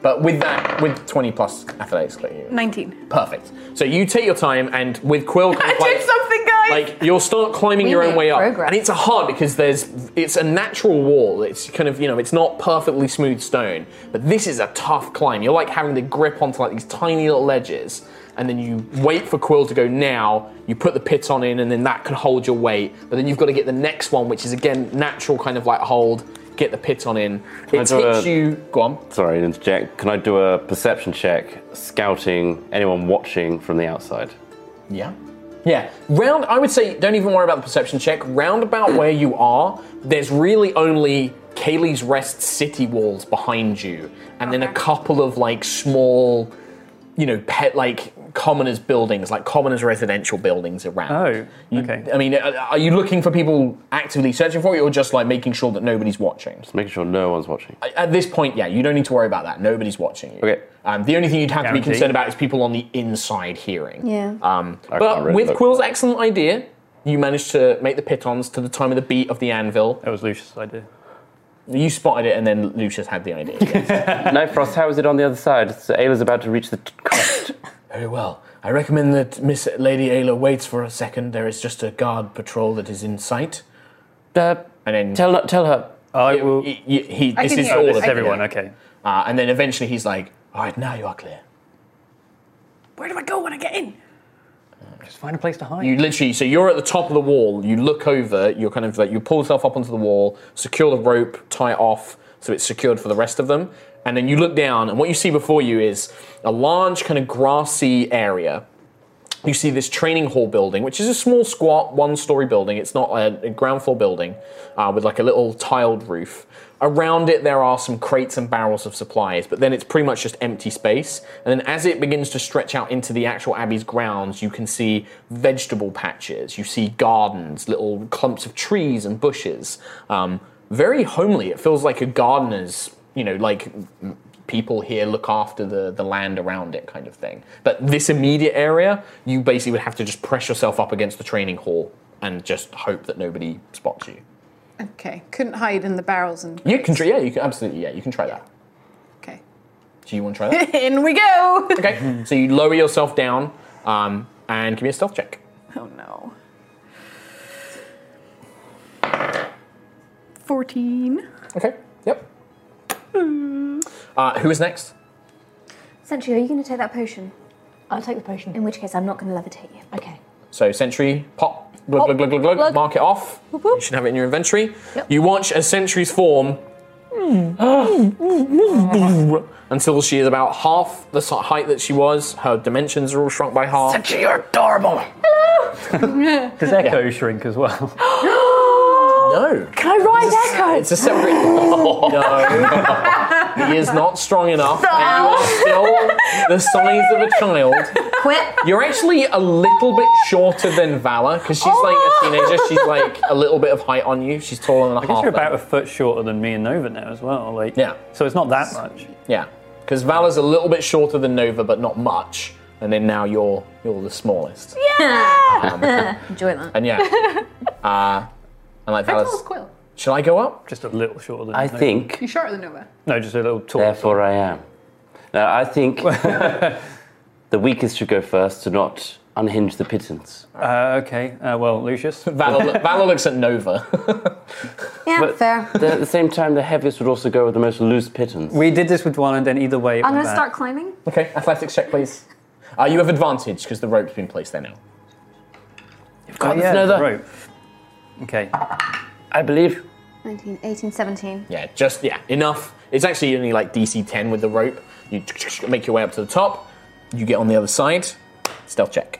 H: But with that, with 20 plus athletics, clear.
A: Nineteen.
H: Perfect. So you take your time, and with Quill, kind
A: *laughs*
H: of
A: I did
H: like-
A: something, guys.
H: like you'll start climbing
A: We
H: your own
A: made
H: way up
A: progress.
H: and it's a hard because there's it's a natural wall it's kind of you know it's not perfectly smooth stone but this is a tough climb you're like having to grip onto like these tiny little ledges and then you wait for quill to go now you put the pit on in and then that can hold your weight but then you've got to get the next one which is again natural kind of like hold get the pit on in
J: I
H: it hits
J: do a-
H: you go
J: *laughs*
H: on
J: Sorry, to interject. Can I do a perception check, scouting anyone watching from the outside?
H: Yeah. Yeah. Round, I would say, don't even worry about the perception check. Round about where you are, there's really only Kaylee's Rest city walls behind you, and then a couple of like small, you know, pet like commoners' buildings, like commoners' residential buildings around.
I: Oh,
H: You-
I: okay.
H: I mean, are are you looking for people actively searching for you, or just like making sure that nobody's watching?
J: Just making sure no one's watching.
H: At this point, yeah, you don't need to worry about that. Nobody's watching you. Okay. Um, the only thing you'd have to
J: Guaranteed.
H: be concerned about is people on the inside hearing.
J: Yeah.
H: Um,
J: I
H: but
J: can't really
H: with
J: look.
H: Quill's excellent idea, you managed to make the pitons to the time of the beat of the anvil. That
I: was Lucius' idea.
H: You spotted it, and then Lucius had the idea.
J: no, Frost, how is it on the other side? So Ayla's about to reach the
I: *laughs*
J: t- crest.
K: Very well. I recommend that Miss Lady Ayla waits for a second. There is just a guard patrol that is in sight.
H: and then
J: tell tell her.
I: I will.
H: He, he- he-
I: I
H: this
I: can
H: is
I: hear
H: all
I: it.
H: of
I: It's
H: you.
I: everyone, okay.
H: Uh, and then eventually he's like, "All right, now you are clear."
A: Where do I go when I get in?
I: Just find a place to hide.
H: You literally, so you're at the top of the wall. You look over. You're kind of like you pull yourself up onto the wall, secure the rope, tie it off so it's secured for the rest of them. And then you look down, and what you see before you is a large kind of grassy area. You see this training hall building, which is a small, squat, one-story building. It's not a, a ground floor building uh, with like a little tiled roof. Around it, there are some crates and barrels of supplies, but then it's pretty much just empty space. And then as it begins to stretch out into the actual abbey's grounds, you can see vegetable patches, you see gardens, little clumps of trees and bushes. Um, very homely. It feels like a gardener's, you know, like m- people here look after the, the land around it kind of thing. But this immediate area, you basically would have to just press yourself up against the training hall and just hope that nobody spots you.
A: Okay, couldn't hide in the barrels and
H: You can try, yeah, you can absolutely, yeah, you can try that.
A: Okay. *laughs*
H: Do you want to try that?
A: in we go.
H: okay, so you lower yourself down um, and give me a stealth check.
A: Oh no. Fourteen.
H: Okay. Yep. Uh, who is next?
O: Sentry, are you going to take that potion?
L: I'll take the potion.
O: In which case, I'm not going to levitate you. Okay.
H: So sentry, pop, glug, glug, glug, glug, glug, mark it off. You should have it in your inventory. You watch as sentry's form *gasps* until she is about half the si- height that she was. Her dimensions are all shrunk by half.
K: Sentry, you're adorable.
I: Does Echo shrink as well?
H: No.
L: Can I ride Echo?
H: It's
I: *laughs*
H: a separate. no. he is not strong enough. And you are still the size of a child.
O: Quit.
H: You're actually a little bit shorter than Valor because she's like a teenager. She's like a little bit of height on you. She's taller than
I: I
H: a
I: guess
H: half.
I: you're about a foot shorter than me and Nova now as well. Like, yeah. So it's not that much.
H: Yeah, because Valor's a little bit shorter than Nova, but not much. And then now you're you're the smallest.
O: *laughs* Yeah. Enjoy that.
H: And yeah, uh, and like Valor's.
A: Quill.
H: Shall I go up?
I: Just a little shorter than
J: I
I: Nova.
J: think.
A: You shorter than Nova.
I: No, just a little taller.
J: Therefore,
I: *laughs*
J: I am. Now, I think the weakest should go first to not unhinge the pittance.
I: Uh, okay. Uh, well, Lucius.
J: Valor- Valor looks at Nova.
G: Yeah,
J: But-
O: *laughs*
G: fair.
J: Then at the same time, the heaviest would also go with the most loose pittance.
I: *laughs* We did this with one, and then either way.
G: I'm going to start climbing.
H: *laughs* Okay, athletics check, please. Uh, you have advantage because the rope's been placed there now. You've
I: got
G: this, Nova.
I: rope. Okay.
J: I believe.
G: 19, 18, 17.
H: Yeah, just yeah, enough. It's actually only like DC 10 with the rope. You make your way up to the top. You get on the other side. Stealth check.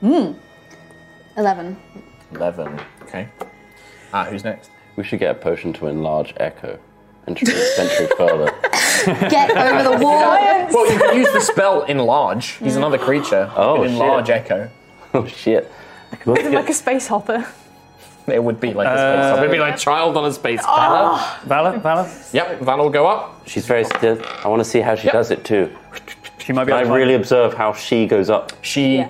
G: Hmm. 11.
H: 11. Okay. Ah, who's next?
J: We should get a potion to enlarge Echo and try to century further.
L: *laughs*
G: Get over
O: *laughs*
G: the wall.
H: Well, you can use the spell enlarge. He's another creature.
J: Oh,
H: You can enlarge
J: shit.
H: Echo.
J: Oh, shit.
L: Is it like a space hopper?
H: It would be like a
J: Uh,
H: space hopper. It'd be like child on a space
L: Oh.
I: Valor? Valor?
H: Yep, Valor will go up.
J: She's very stiff. I want to see how she does it too.
I: She might
J: be I really observe how she goes up.
H: She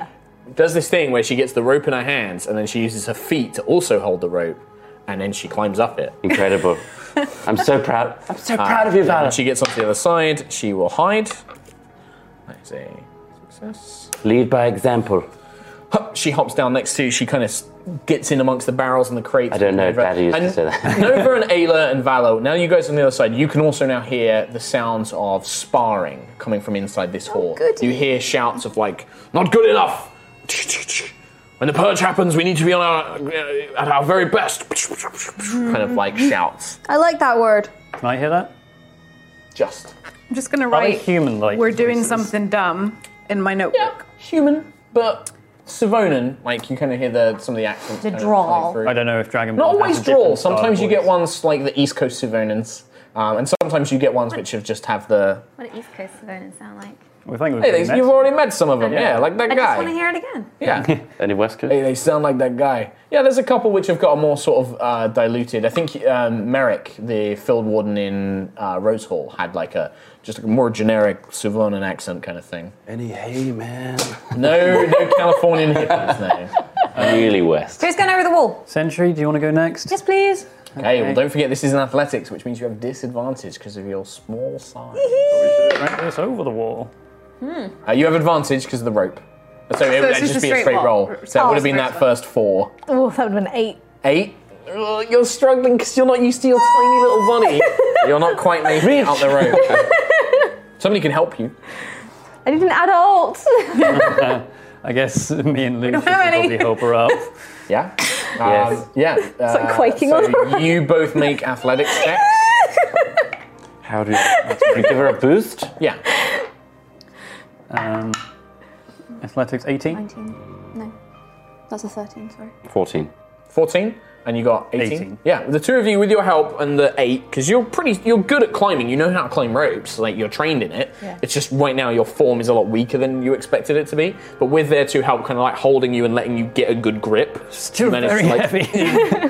H: does this thing where she gets the rope in her hands and then she uses her feet to also hold the rope and then she climbs up it.
L: *laughs*
J: Incredible. I'm so proud. I'm so proud of you, Valor.
H: When she gets onto the other side, she will hide. That's a success.
J: Lead by
L: *laughs*
J: example.
H: Hup, She hops down next to. She kind of gets in amongst the barrels and the crates. I don't know.
J: Daddy used to say that.
H: Nova
J: *laughs*
H: and Ayla and Valo. Now you guys on the other side. You can also now hear the sounds of sparring coming from inside this hall. You hear shouts of like, "Not good enough." When the purge happens, we need to be on our uh, at our very best. Kind of like
A: *laughs*
H: shouts.
G: I like that word.
I: Can I hear that?
H: Just.
A: I'm just going to write.
I: human like?
A: We're doing something dumb in my notebook.
H: human, but Savonan, like you kind of hear the some of the accents.
A: The
H: kind of
A: drawl.
H: coming through.
I: I don't know if Dragon. Ball
H: Not
I: has
H: always
I: a different
H: drawl.
I: style
H: Sometimes you
I: voice.
H: get ones like the East Coast Savonans, um, and sometimes you get ones which have just have the.
O: What do East Coast Savannahs sound like?
I: We think
H: Hey, they, you've already met some of them, yeah, like that
O: I just want to
H: guy.
O: hear it again.
H: Yeah.
J: Any West Coast?
H: *laughs* Hey, they sound like that guy. Yeah, there's a couple which have got a more sort of uh, diluted. I think um, Merrick, the field warden in uh, Rose Hall, had like a just a more generic Savonan accent kind of thing.
J: Any hay, man?
I: *laughs*
H: No, no Californian hippies, no.
J: really West.
O: Who's going over the wall?
I: Century, do you want to go next?
H: *laughs*
O: Yes, please.
H: Okay, well, don't forget this is an athletics, which means you have disadvantage because of your small size.
I: Right, it's over the wall.
O: Hmm.
H: Uh, you have advantage because of the rope. So, it
O: So
H: would
O: it's
H: just,
O: just a
H: be a
O: straight
H: straight roll.
O: roll.
H: So
O: Oh,
H: it would have been
O: straight
H: that first four.
O: Oh, that would have been eight.
H: Eight. Ugh, you're struggling because you're not used to your tiny
O: *laughs*
H: little bunny. You're not quite making it up the rope. *laughs* Somebody can help you.
O: I need an adult.
I: I guess *laughs* me and
O: don't
I: Lucius will
O: have any.
I: probably help
H: *laughs*
I: her up.
H: Yeah. Um, yeah. It's
O: like quaking
H: so
O: on her.
H: You both make athletics
O: *laughs*
H: checks.
J: How do you, do you give her a boost?
H: Yeah.
I: Um, athletics 18.
G: 19. No. That's a 13, sorry.
J: 14.
H: 14 and you got 18.
I: 18.
H: Yeah, the two of you with your help and the eight, because you're pretty, you're good at climbing. You know how to climb ropes, like you're trained in it.
I: Yeah.
H: It's just right now your form is a lot weaker than you expected it to be. But with their two help, kind of like holding you and letting you get a good grip, still
I: very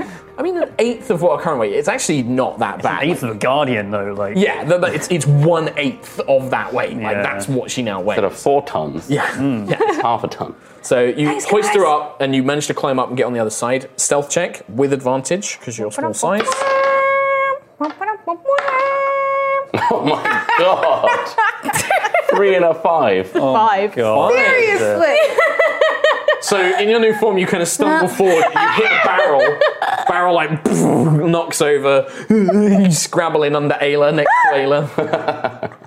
I: *laughs*
H: I mean, an eighth of what our current weight. It's actually not that bad.
I: eighth of a guardian though, like
H: yeah, th- th- it's it's one eighth of that weight. Like
J: Yeah.
H: that's what she now weighs.
J: Instead of four tons.
H: Yeah.
J: It's half a ton.
H: So you
J: Guys,
H: hoist
J: guys.
H: her up, and you manage to climb up and get on the other side. Stealth check with advantage because you're small size.
J: Oh my
L: *laughs*
J: god! Three and a five.
L: Oh. Five.
J: God.
H: So in your new form, you kind of stumble forward, you hit a barrel, barrel like *laughs* knocks over, *laughs* you scrabble in under Ayla next to Ayla. *laughs*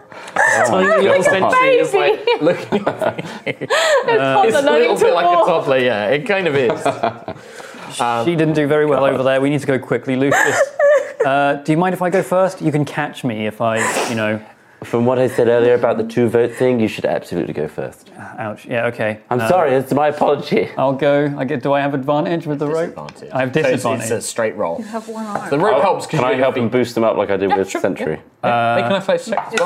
J: Oh
H: Tiny little sentry is like looking
L: *laughs* toddler
H: Uh, It's a
L: learning
H: little
L: to
H: bit like a
L: walk.
H: toddler, yeah, it kind
J: *laughs*
H: of is.
I: she didn't do very well over there. We need to go quickly, Lucius. uh, do you mind if I go first? You can catch me if I, you know.
J: From what I said earlier about the two vote thing, you should absolutely go first.
I: Ouch. Yeah. Okay. Uh,
J: I'm
H: Uh,
J: sorry, it's my apology.
H: Oh,
I: I'll go. I get. Do I have advantage with the rope? I have
J: So it's- it's
I: disadvantage.
J: a Oh,
H: straight roll.
A: have one arm.
H: The rope helps
J: Can I help him boost them up like I did with Century?
A: It's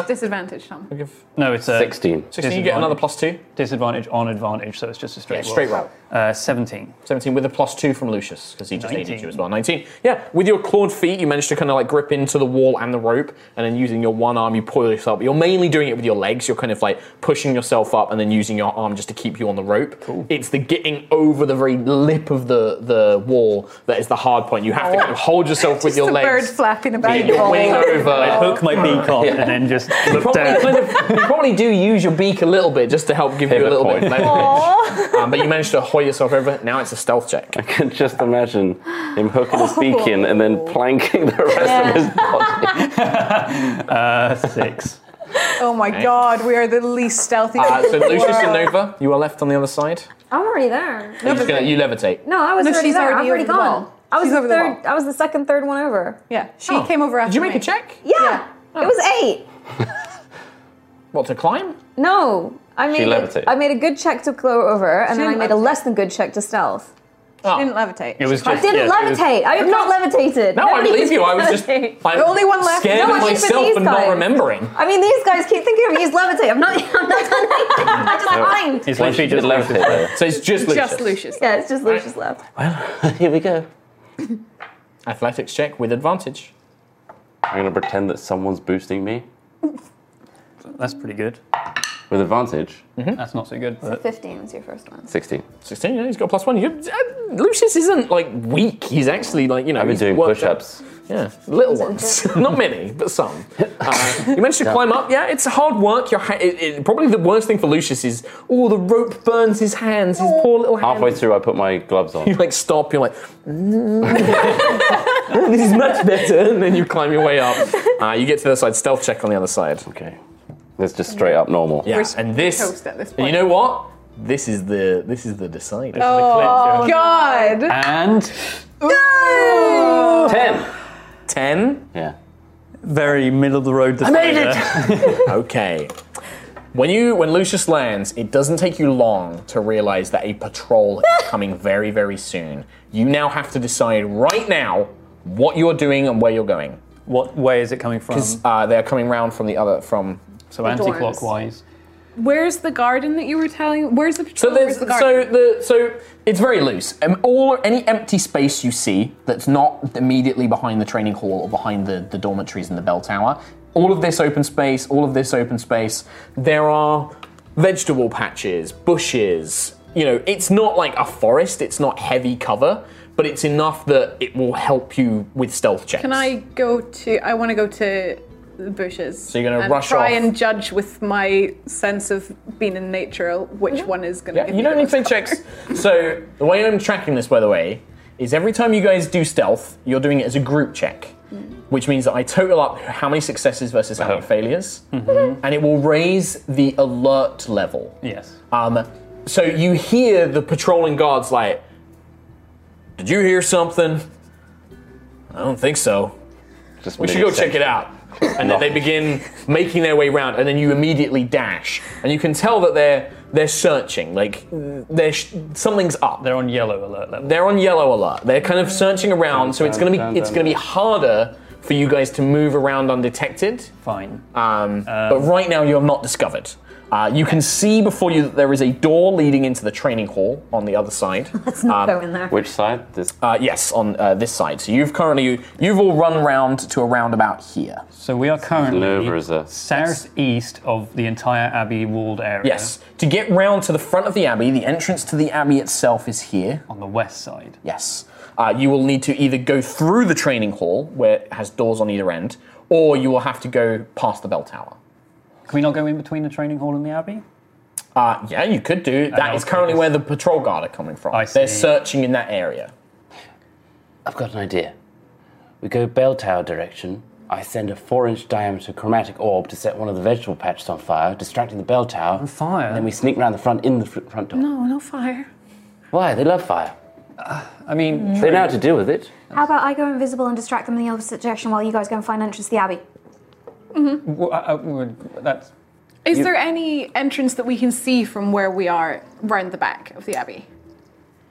A: disadvantage, Tom.
I: no, it's a
J: 16.
H: 16, you get another plus two.
I: Disadvantage on advantage, so it's just a straight
H: Yeah,
I: roll.
H: straight roll.
I: Uh, 17.
H: 17 with a plus two from Lucius, because he just aided
I: 19.
H: you as well. 19. Yeah, with your clawed feet, you managed to kind of like grip into the wall and the rope, and then using your one arm, you pull yourself. You're mainly doing it with your legs. You're kind of like pushing yourself up and then using your arm just to keep you on the rope. It's the getting over the very lip of the, the wall that is the hard point. You have to kind of hold yourself with
A: Just
H: your
A: the Oh,
H: legs.
A: bird flapping about
H: Beat
A: the
H: your
A: wall.
H: wing over.
I: I hook my beak off
H: Yeah.
I: and then just look
H: probably
I: down.
H: kind of- you probably do use your beak a little bit just to help give you a
J: Pivot
H: little
J: point.
H: bit of leverage. Um, but you managed to hoist yourself over. Now it's a stealth check.
J: I can just imagine him hooking his beak in and
H: Oh.
J: then planking the rest of his
H: *laughs*
J: body.
I: uh, six.
A: Oh my
H: Okay.
A: god, we are the least stealthy.
H: Uh,
A: *laughs*
H: so
A: people in the
H: Lucius and
A: world.
H: Nova, you are left on the other side.
O: I'm already there.
H: You're just gonna, you levitate.
O: No, I was
A: No,
O: already
A: she's
O: there. I'm
A: already
O: already
A: over the wall.
O: gone. I was
A: She's
O: the
A: over the
O: third. I was the second, third one over.
A: Yeah, she came over after
H: Oh. Did you make
A: me.
H: a check?
O: Yeah,
G: Oh.
O: it was eight.
H: What to climb?
O: No, I
H: She
O: made
H: levitated.
O: I made a good check to go over, and
A: She
O: then I
A: didn't
O: made a less than good check to stealth.
H: Oh.
A: She didn't levitate.
O: It was
A: She climbed.
O: just- I didn't yeah, she was- levitate. I have not levitated.
H: No, I
O: Nobody
H: believe you. I was just
O: levitate.
H: I'm
O: The only one left-
H: scared
O: No,
H: of
O: I think for
H: myself
O: these
H: and
O: guys.
H: not remembering.
O: I mean, these guys keep thinking of me as levitate. I'm not. I'm not done anything. I just climbed.
I: It's literally just
J: levitate there.
H: So it's just Lucius.
A: Lucius.
O: Yeah, it's just Lucius left.
J: *laughs* Here we go.
H: Athletics check with advantage.
J: I'm going to pretend that someone's boosting me
I: That's pretty good.
J: with advantage.
I: That's not so good.
O: So
I: But
O: Fifteen was your first one.
J: 16.
H: 16, yeah, he's got plus one. You, uh, Lucius isn't like weak. He's actually like, you know.
J: I've been
H: he's
J: doing
H: worked
J: push ups.
H: out- Yeah, little ones. *laughs* Not many, but some. Uh, you managed to climb up. Yeah, it's hard work. Your ha- it, it, probably the worst thing for Lucius is, oh, the rope burns his hands, his poor little hands.
J: Halfway through, I put my gloves
H: You
J: on.
H: like stop, you're like, "Mm." *laughs* this is much better. And then you climb your way up. Uh, you get to the other side, stealth check on the other side.
J: Okay. That's just straight up normal.
H: Yeah,
A: We're
H: and this,
A: toast at this
H: and you
A: point.
H: know what? This is the this is the decider.
A: Oh god.
I: and
A: Ooh.
J: Ten.
H: Ten.
J: Yeah.
I: very middle of the road.
H: I made it. okay. When you when Lucius lands, it doesn't take you long to realize that a patrol is coming very very soon. You now have to decide right now what you're doing and where you're going.
I: What way is it coming from?
H: Because uh, they're coming round from the other from.
I: So anti-clockwise.
A: Where's the garden that you were telling? Where's the
H: So
A: patrol?
H: there's
A: Where's the
H: so
A: garden?
H: the so it's very loose. Um, all any empty space you see that's not immediately behind the training hall or behind the, the dormitories and the bell tower. All of this open space, all of this open space. There are vegetable patches, bushes. You know, it's not like a forest. It's not heavy cover, but it's enough that it will help you with stealth checks.
A: Can I go to? I want to go to the bushes. So
H: you're gonna
A: and
H: rush
A: try
H: off.
A: and judge with my sense of being in nature
O: Mm-hmm.
A: which one is gonna.
H: Yeah,
A: give
H: you
A: me
H: don't
A: the
H: need to
A: most *laughs*
H: make checks. So the way I'm tracking this, by the way, is every time you guys do stealth, you're doing it as a group check, which means that I total up how many successes versus how many failures, and it will raise the alert level.
I: Yes.
H: Um, so you hear the patrolling guards like, "Did you hear something?" I don't think so.
J: Just
H: We
J: make
H: should go
J: a
H: check
J: sense.
H: it out. And then they begin making their way round, and then you immediately dash, and you can tell that they're they're searching, like they're sh- something's up.
I: They're on yellow alert level.
H: They're on yellow alert. They're kind of searching around, so it's gonna be it's gonna be harder for you guys to move around undetected.
I: Fine.
H: Um, but right now, you have not discovered. Uh, you can see before you that there is a door leading into the training hall on the other side.
O: Let's not go in there.
J: Which side? This.
H: Uh, yes, on uh, this side. So you've currently you've all run round to a roundabout here.
I: So we are
J: Lower is
I: currently
J: a-
I: southeast of the entire abbey walled area.
H: Yes. To get round to the front of the abbey, the entrance to the abbey itself is here.
I: On the west side.
H: Yes. Uh, you will need to either go through the training hall, where it has doors on either end, or you will have to go past the bell tower.
I: Can we not go in between the training hall and the abbey?
H: Uh, yeah, you could do. That
I: know,
H: is currently
I: because-
H: where the patrol guard are coming from.
I: I
H: They're
I: see.
H: searching in that area.
J: I've got an idea. We go bell tower direction. I send a four-inch diameter chromatic orb to set one of the vegetable patches on fire, distracting the bell tower. On
I: fire?
J: And then we sneak round the front in the fr- front door.
O: Oh,
A: No, no fire.
J: Why? They love fire.
I: I mean,
H: Mm.
J: They know how to deal with it.
O: How about I go invisible and distract them in the opposite direction while you guys go and find entrance to the abbey?
I: w- I- I would- that's
A: Is there any entrance that we can see from where we are round the back of the abbey?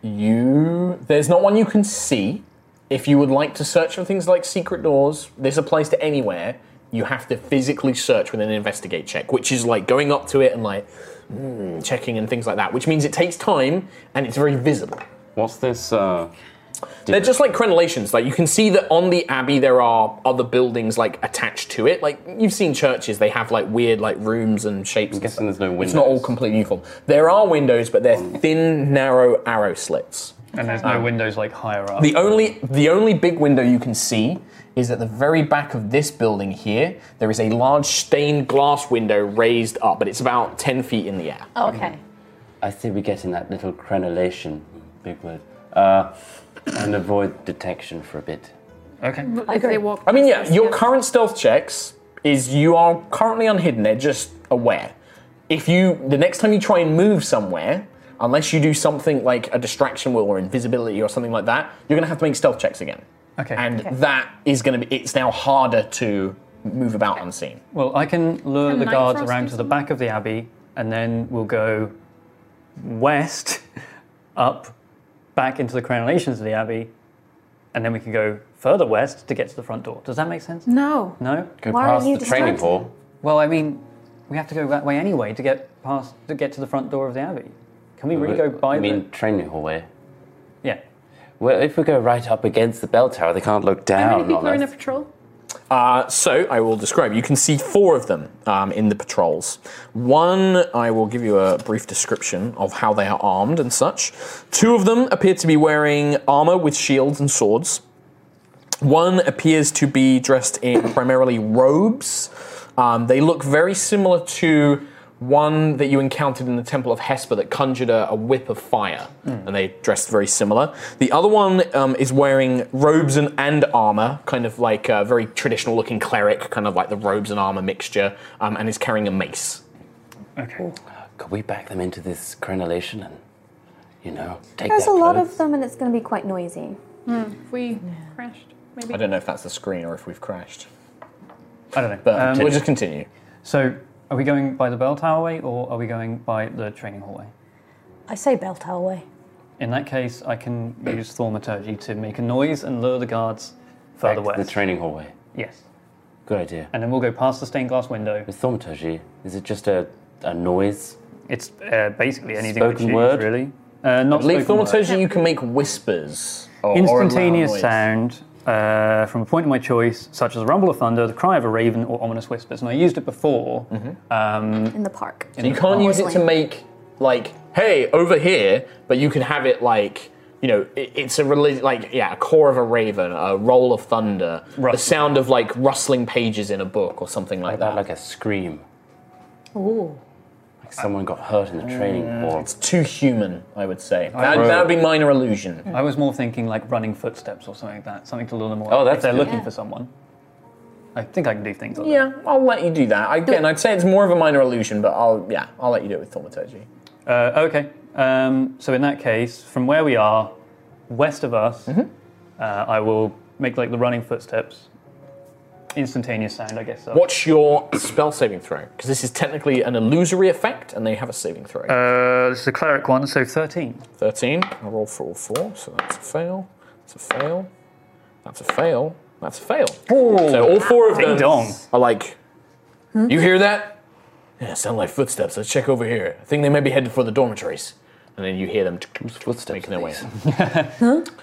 H: You. There's not one you can see. If you would like to search for things like secret doors, this applies to anywhere. You have to physically search with an investigate check, which is like going up to it and like, mm, checking and things like that, which means it takes time and it's very visible.
J: What's this? Uh,
H: They're just like crenellations. Like you can see that on the abbey there are other buildings like attached to it. Like you've seen churches, they have like weird like rooms and shapes. I'm guessing
J: there's no
H: windows. Mm. It's not all completely uniform. There are windows, but they're thin, narrow arrow slits.
I: And there's no windows like higher up.
H: Oh. The only the only big window you can see is at the very back of this building here. There is a large stained glass window raised up, but it's about ten feet in the air.
L: Oh, Okay.
J: I say we get in that little crenellation, big word, uh, and avoid detection for a bit.
I: Okay.
A: If they walk
H: I mean, yeah, your current stealth checks is you are currently unhidden. They're just aware. If you the next time you try and move somewhere, unless you do something like a distraction wheel or invisibility or something like that, you're going to have to make stealth checks again.
I: Okay.
H: And that is going to be. It's now harder to move about unseen.
I: Well, I can lure
H: Can
I: the
H: Night
I: guards
H: Frost
I: around
H: do
I: to the back of the abbey, and then we'll go west, *laughs* up, back into the crenellations of the abbey, and then we can go further west to get to the front door. Does that make sense?
H: Mm.
A: No.
I: No.
A: Go Why are past you the training distracted? hall.
I: Well, I mean, we have to go that way anyway to get past to get to the front door of the abbey. Can we really go by
J: I
I: the?
J: mean, training hallway.
I: Yeah.
J: Well, if we go right up against the bell tower, they can't look down.
A: How many people
J: on
A: are
J: us.
A: in a patrol?
H: Uh, so I will describe. You can see four of them um, in the patrols. One, I will give you a brief description of how they are armed and such. Two of them appear to be wearing armor with shields and swords. One appears to be dressed in primarily robes. Um, they look very similar to one that you encountered in the Temple of Hesper that conjured a, a whip of fire,
P: Mm.
H: and they dressed very similar. The other one um, is wearing robes and, and armor, kind of like a very traditional looking cleric, kind of like the robes and armor mixture, um, and is carrying a mace.
I: Okay.
J: Could we back them into this crenellation and, you know, take
G: There's
J: that
G: a lot
J: clothes?
G: of them, and it's going to be quite noisy.
A: If we crashed, maybe.
H: I don't know if that's the screen or if we've crashed.
I: I don't know. Um,
H: But we'll just continue.
I: So, are we going by the bell tower way, or are we going by the training hallway?
L: I say bell tower way.
I: In that case, I can use thaumaturgy to make a noise and lure the guards further
J: Back
I: west.
J: to the training hallway.
I: Yes.
J: Good idea.
I: And then we'll go past the stained glass window.
J: With thaumaturgy, is it just a, a noise?
I: It's uh, basically anything we
J: Spoken
I: choose,
J: word?
I: really. Uh,
H: I
I: not
H: believe
I: spoken word.
H: thaumaturgy you can make whispers. or- or
I: Instantaneous
H: loud noise.
I: sound uh, from a point of my choice, such as a rumble of thunder, the cry of a raven, or ominous whispers. And I used it before. Um,
G: in the park.
H: So you can't use it to make like, hey, over here, but you can have it like, you know, it, it's a relig- like yeah, a core of a raven, a roll of thunder, the sound of like rustling pages in a book or something like that.
J: Like a scream.
L: Ooh.
J: Like someone got hurt in the training hall.
H: It's too human, I would say.
I: I-
H: That that would be minor illusion.
I: I was more thinking like running footsteps or something like that, something to lure them away.
H: Oh, that's
I: if they're
H: good.
I: looking
H: Yeah.
I: for someone. I think I can do things like that.
H: Yeah, I'll let you do that. Again, I'd say it's more of a minor illusion, but I'll yeah, I'll let you do it with thaumaturgy.
I: Uh, okay. Um, so in that case, from where we are, west of us,
H: Mm-hmm.
I: uh, I will make like the running footsteps, instantaneous sound, I guess. So.
H: What's your spell saving throw? Because this is technically an illusory effect, and they have a saving throw.
I: Uh, this is a cleric one, so thirteen.
H: Thirteen. I roll for all four, so that's a fail. That's a fail. That's a fail. That's a fail.
I: Oh.
H: So all four of
I: Ding
H: them
I: dong.
H: are like, you hear that? Yeah, sound like footsteps. Let's check over here. I think they may be headed for the dormitories. And then you hear them footsteps making their way.
J: *laughs*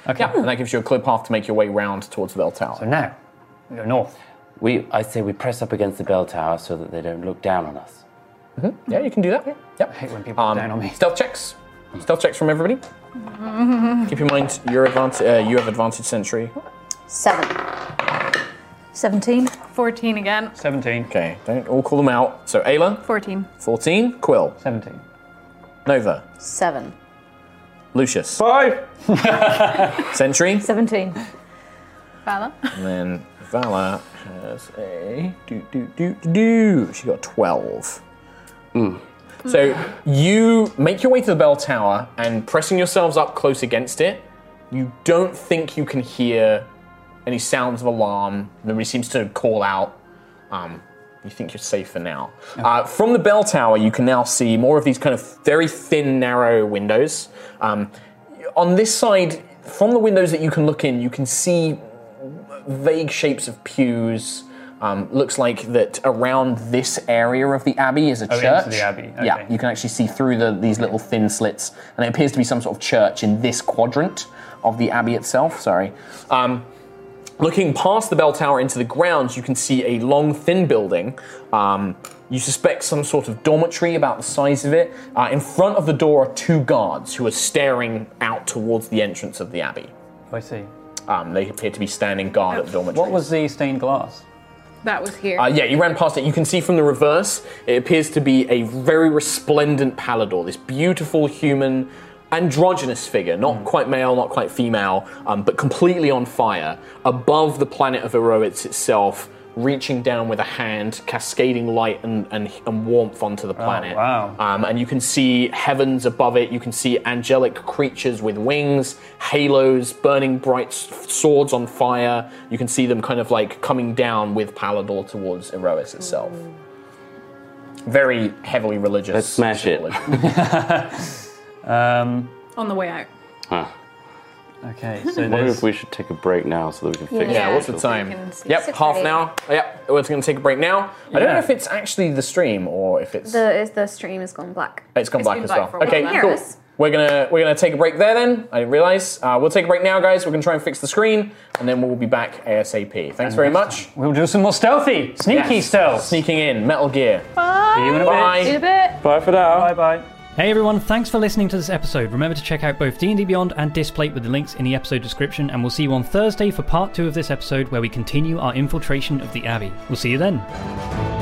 I: Okay.
H: Yeah, and that gives you a clear path to make your way round towards the bell tower. So
I: now, we go north.
J: We, I say we press up against the bell tower so that they don't look down on us.
H: Yeah, you can do that. Yeah. Yep.
I: hate when people
H: down on me. Stealth checks. Stealth checks from everybody. Keep in mind your advantage. Uh, you have advantage sentry.
G: Seven.
L: 17.
A: 14 again.
I: 17.
H: Okay, don't all call them out. So Ayla,
A: 14.
H: 14. Quill,
I: 17.
H: Nova,
G: Seven.
H: Lucius, 5. sentry.
L: 17.
A: Fala.
H: And then Vala has a do do do do do. She got twelve. So you make your way to the bell tower and pressing yourselves up close against it. You don't think you can hear any sounds of alarm. Nobody seems to call out. Um, you think you're safe for now. Uh, from the bell tower, you can now see more of these kind of very thin, narrow windows. Um, on this side, from the windows that you can look in, you can see vague shapes of pews, Um, looks like that around this area of the abbey is a
I: Oh, into
H: church.
I: the abbey,
H: Yeah,
I: okay.
H: you can actually see through the, these little thin slits, and it appears to be some sort of church in this quadrant of the abbey itself. Sorry. Um, looking past the bell tower into the grounds, you can see a long, thin building. Um, you suspect some sort of dormitory about the size of it. Uh, in front of the door are two guards who are staring out towards the entrance of the abbey.
I: Oh, I see.
H: Um, they appear to be standing guard at the dormitory.
I: What was the stained glass?
A: That was here.
H: Uh, yeah, you ran past it. You can see from the reverse, it appears to be a very resplendent Palador, this beautiful human, androgynous figure, not quite male, not quite female, um, but completely on fire, above the planet of Eroitz itself, reaching down with a hand, cascading light and, and, and warmth onto the planet. wow. Um, and you can see heavens above it, you can see angelic creatures with wings, halos, burning bright s- swords on fire. You can see them kind of like coming down with Palador towards Erois itself. Very heavily religious. Let's smash it.
I: Um,
A: On the way out.
J: Huh.
I: Okay,
H: *laughs*
J: so I wonder if we should take a break now so that we can fix
H: Yeah,
J: it.
H: what's the time? Yep, half an hour. Yep, we're going to take a break now. I don't know
J: Yeah.
H: if it's actually the stream or if it's
O: The is the stream has gone black.
H: It's gone
O: It's
H: black
O: been
H: as
O: black
H: well.
O: for a while
H: okay,
O: now. Here it
H: cool.
O: is.
H: We're gonna we're gonna take a break there then. I didn't realize. Uh, we'll take a break now, guys. We're gonna try and fix the screen, and then we'll be back ASAP. Thanks very much.
I: We'll do some more stealthy, sneaky stealth.
H: Sneaking in, Metal Gear.
I: Bye. See you in a
H: Bye.
I: bit.
H: See you in
I: a bit.
J: Bye for now.
I: Bye bye.
C: Hey everyone, thanks for listening to this episode. Remember to check out both D&D Beyond and Displate with the links in the episode description and we'll see you on Thursday for part 2 of this episode where we continue our infiltration of the Abbey. We'll see you then.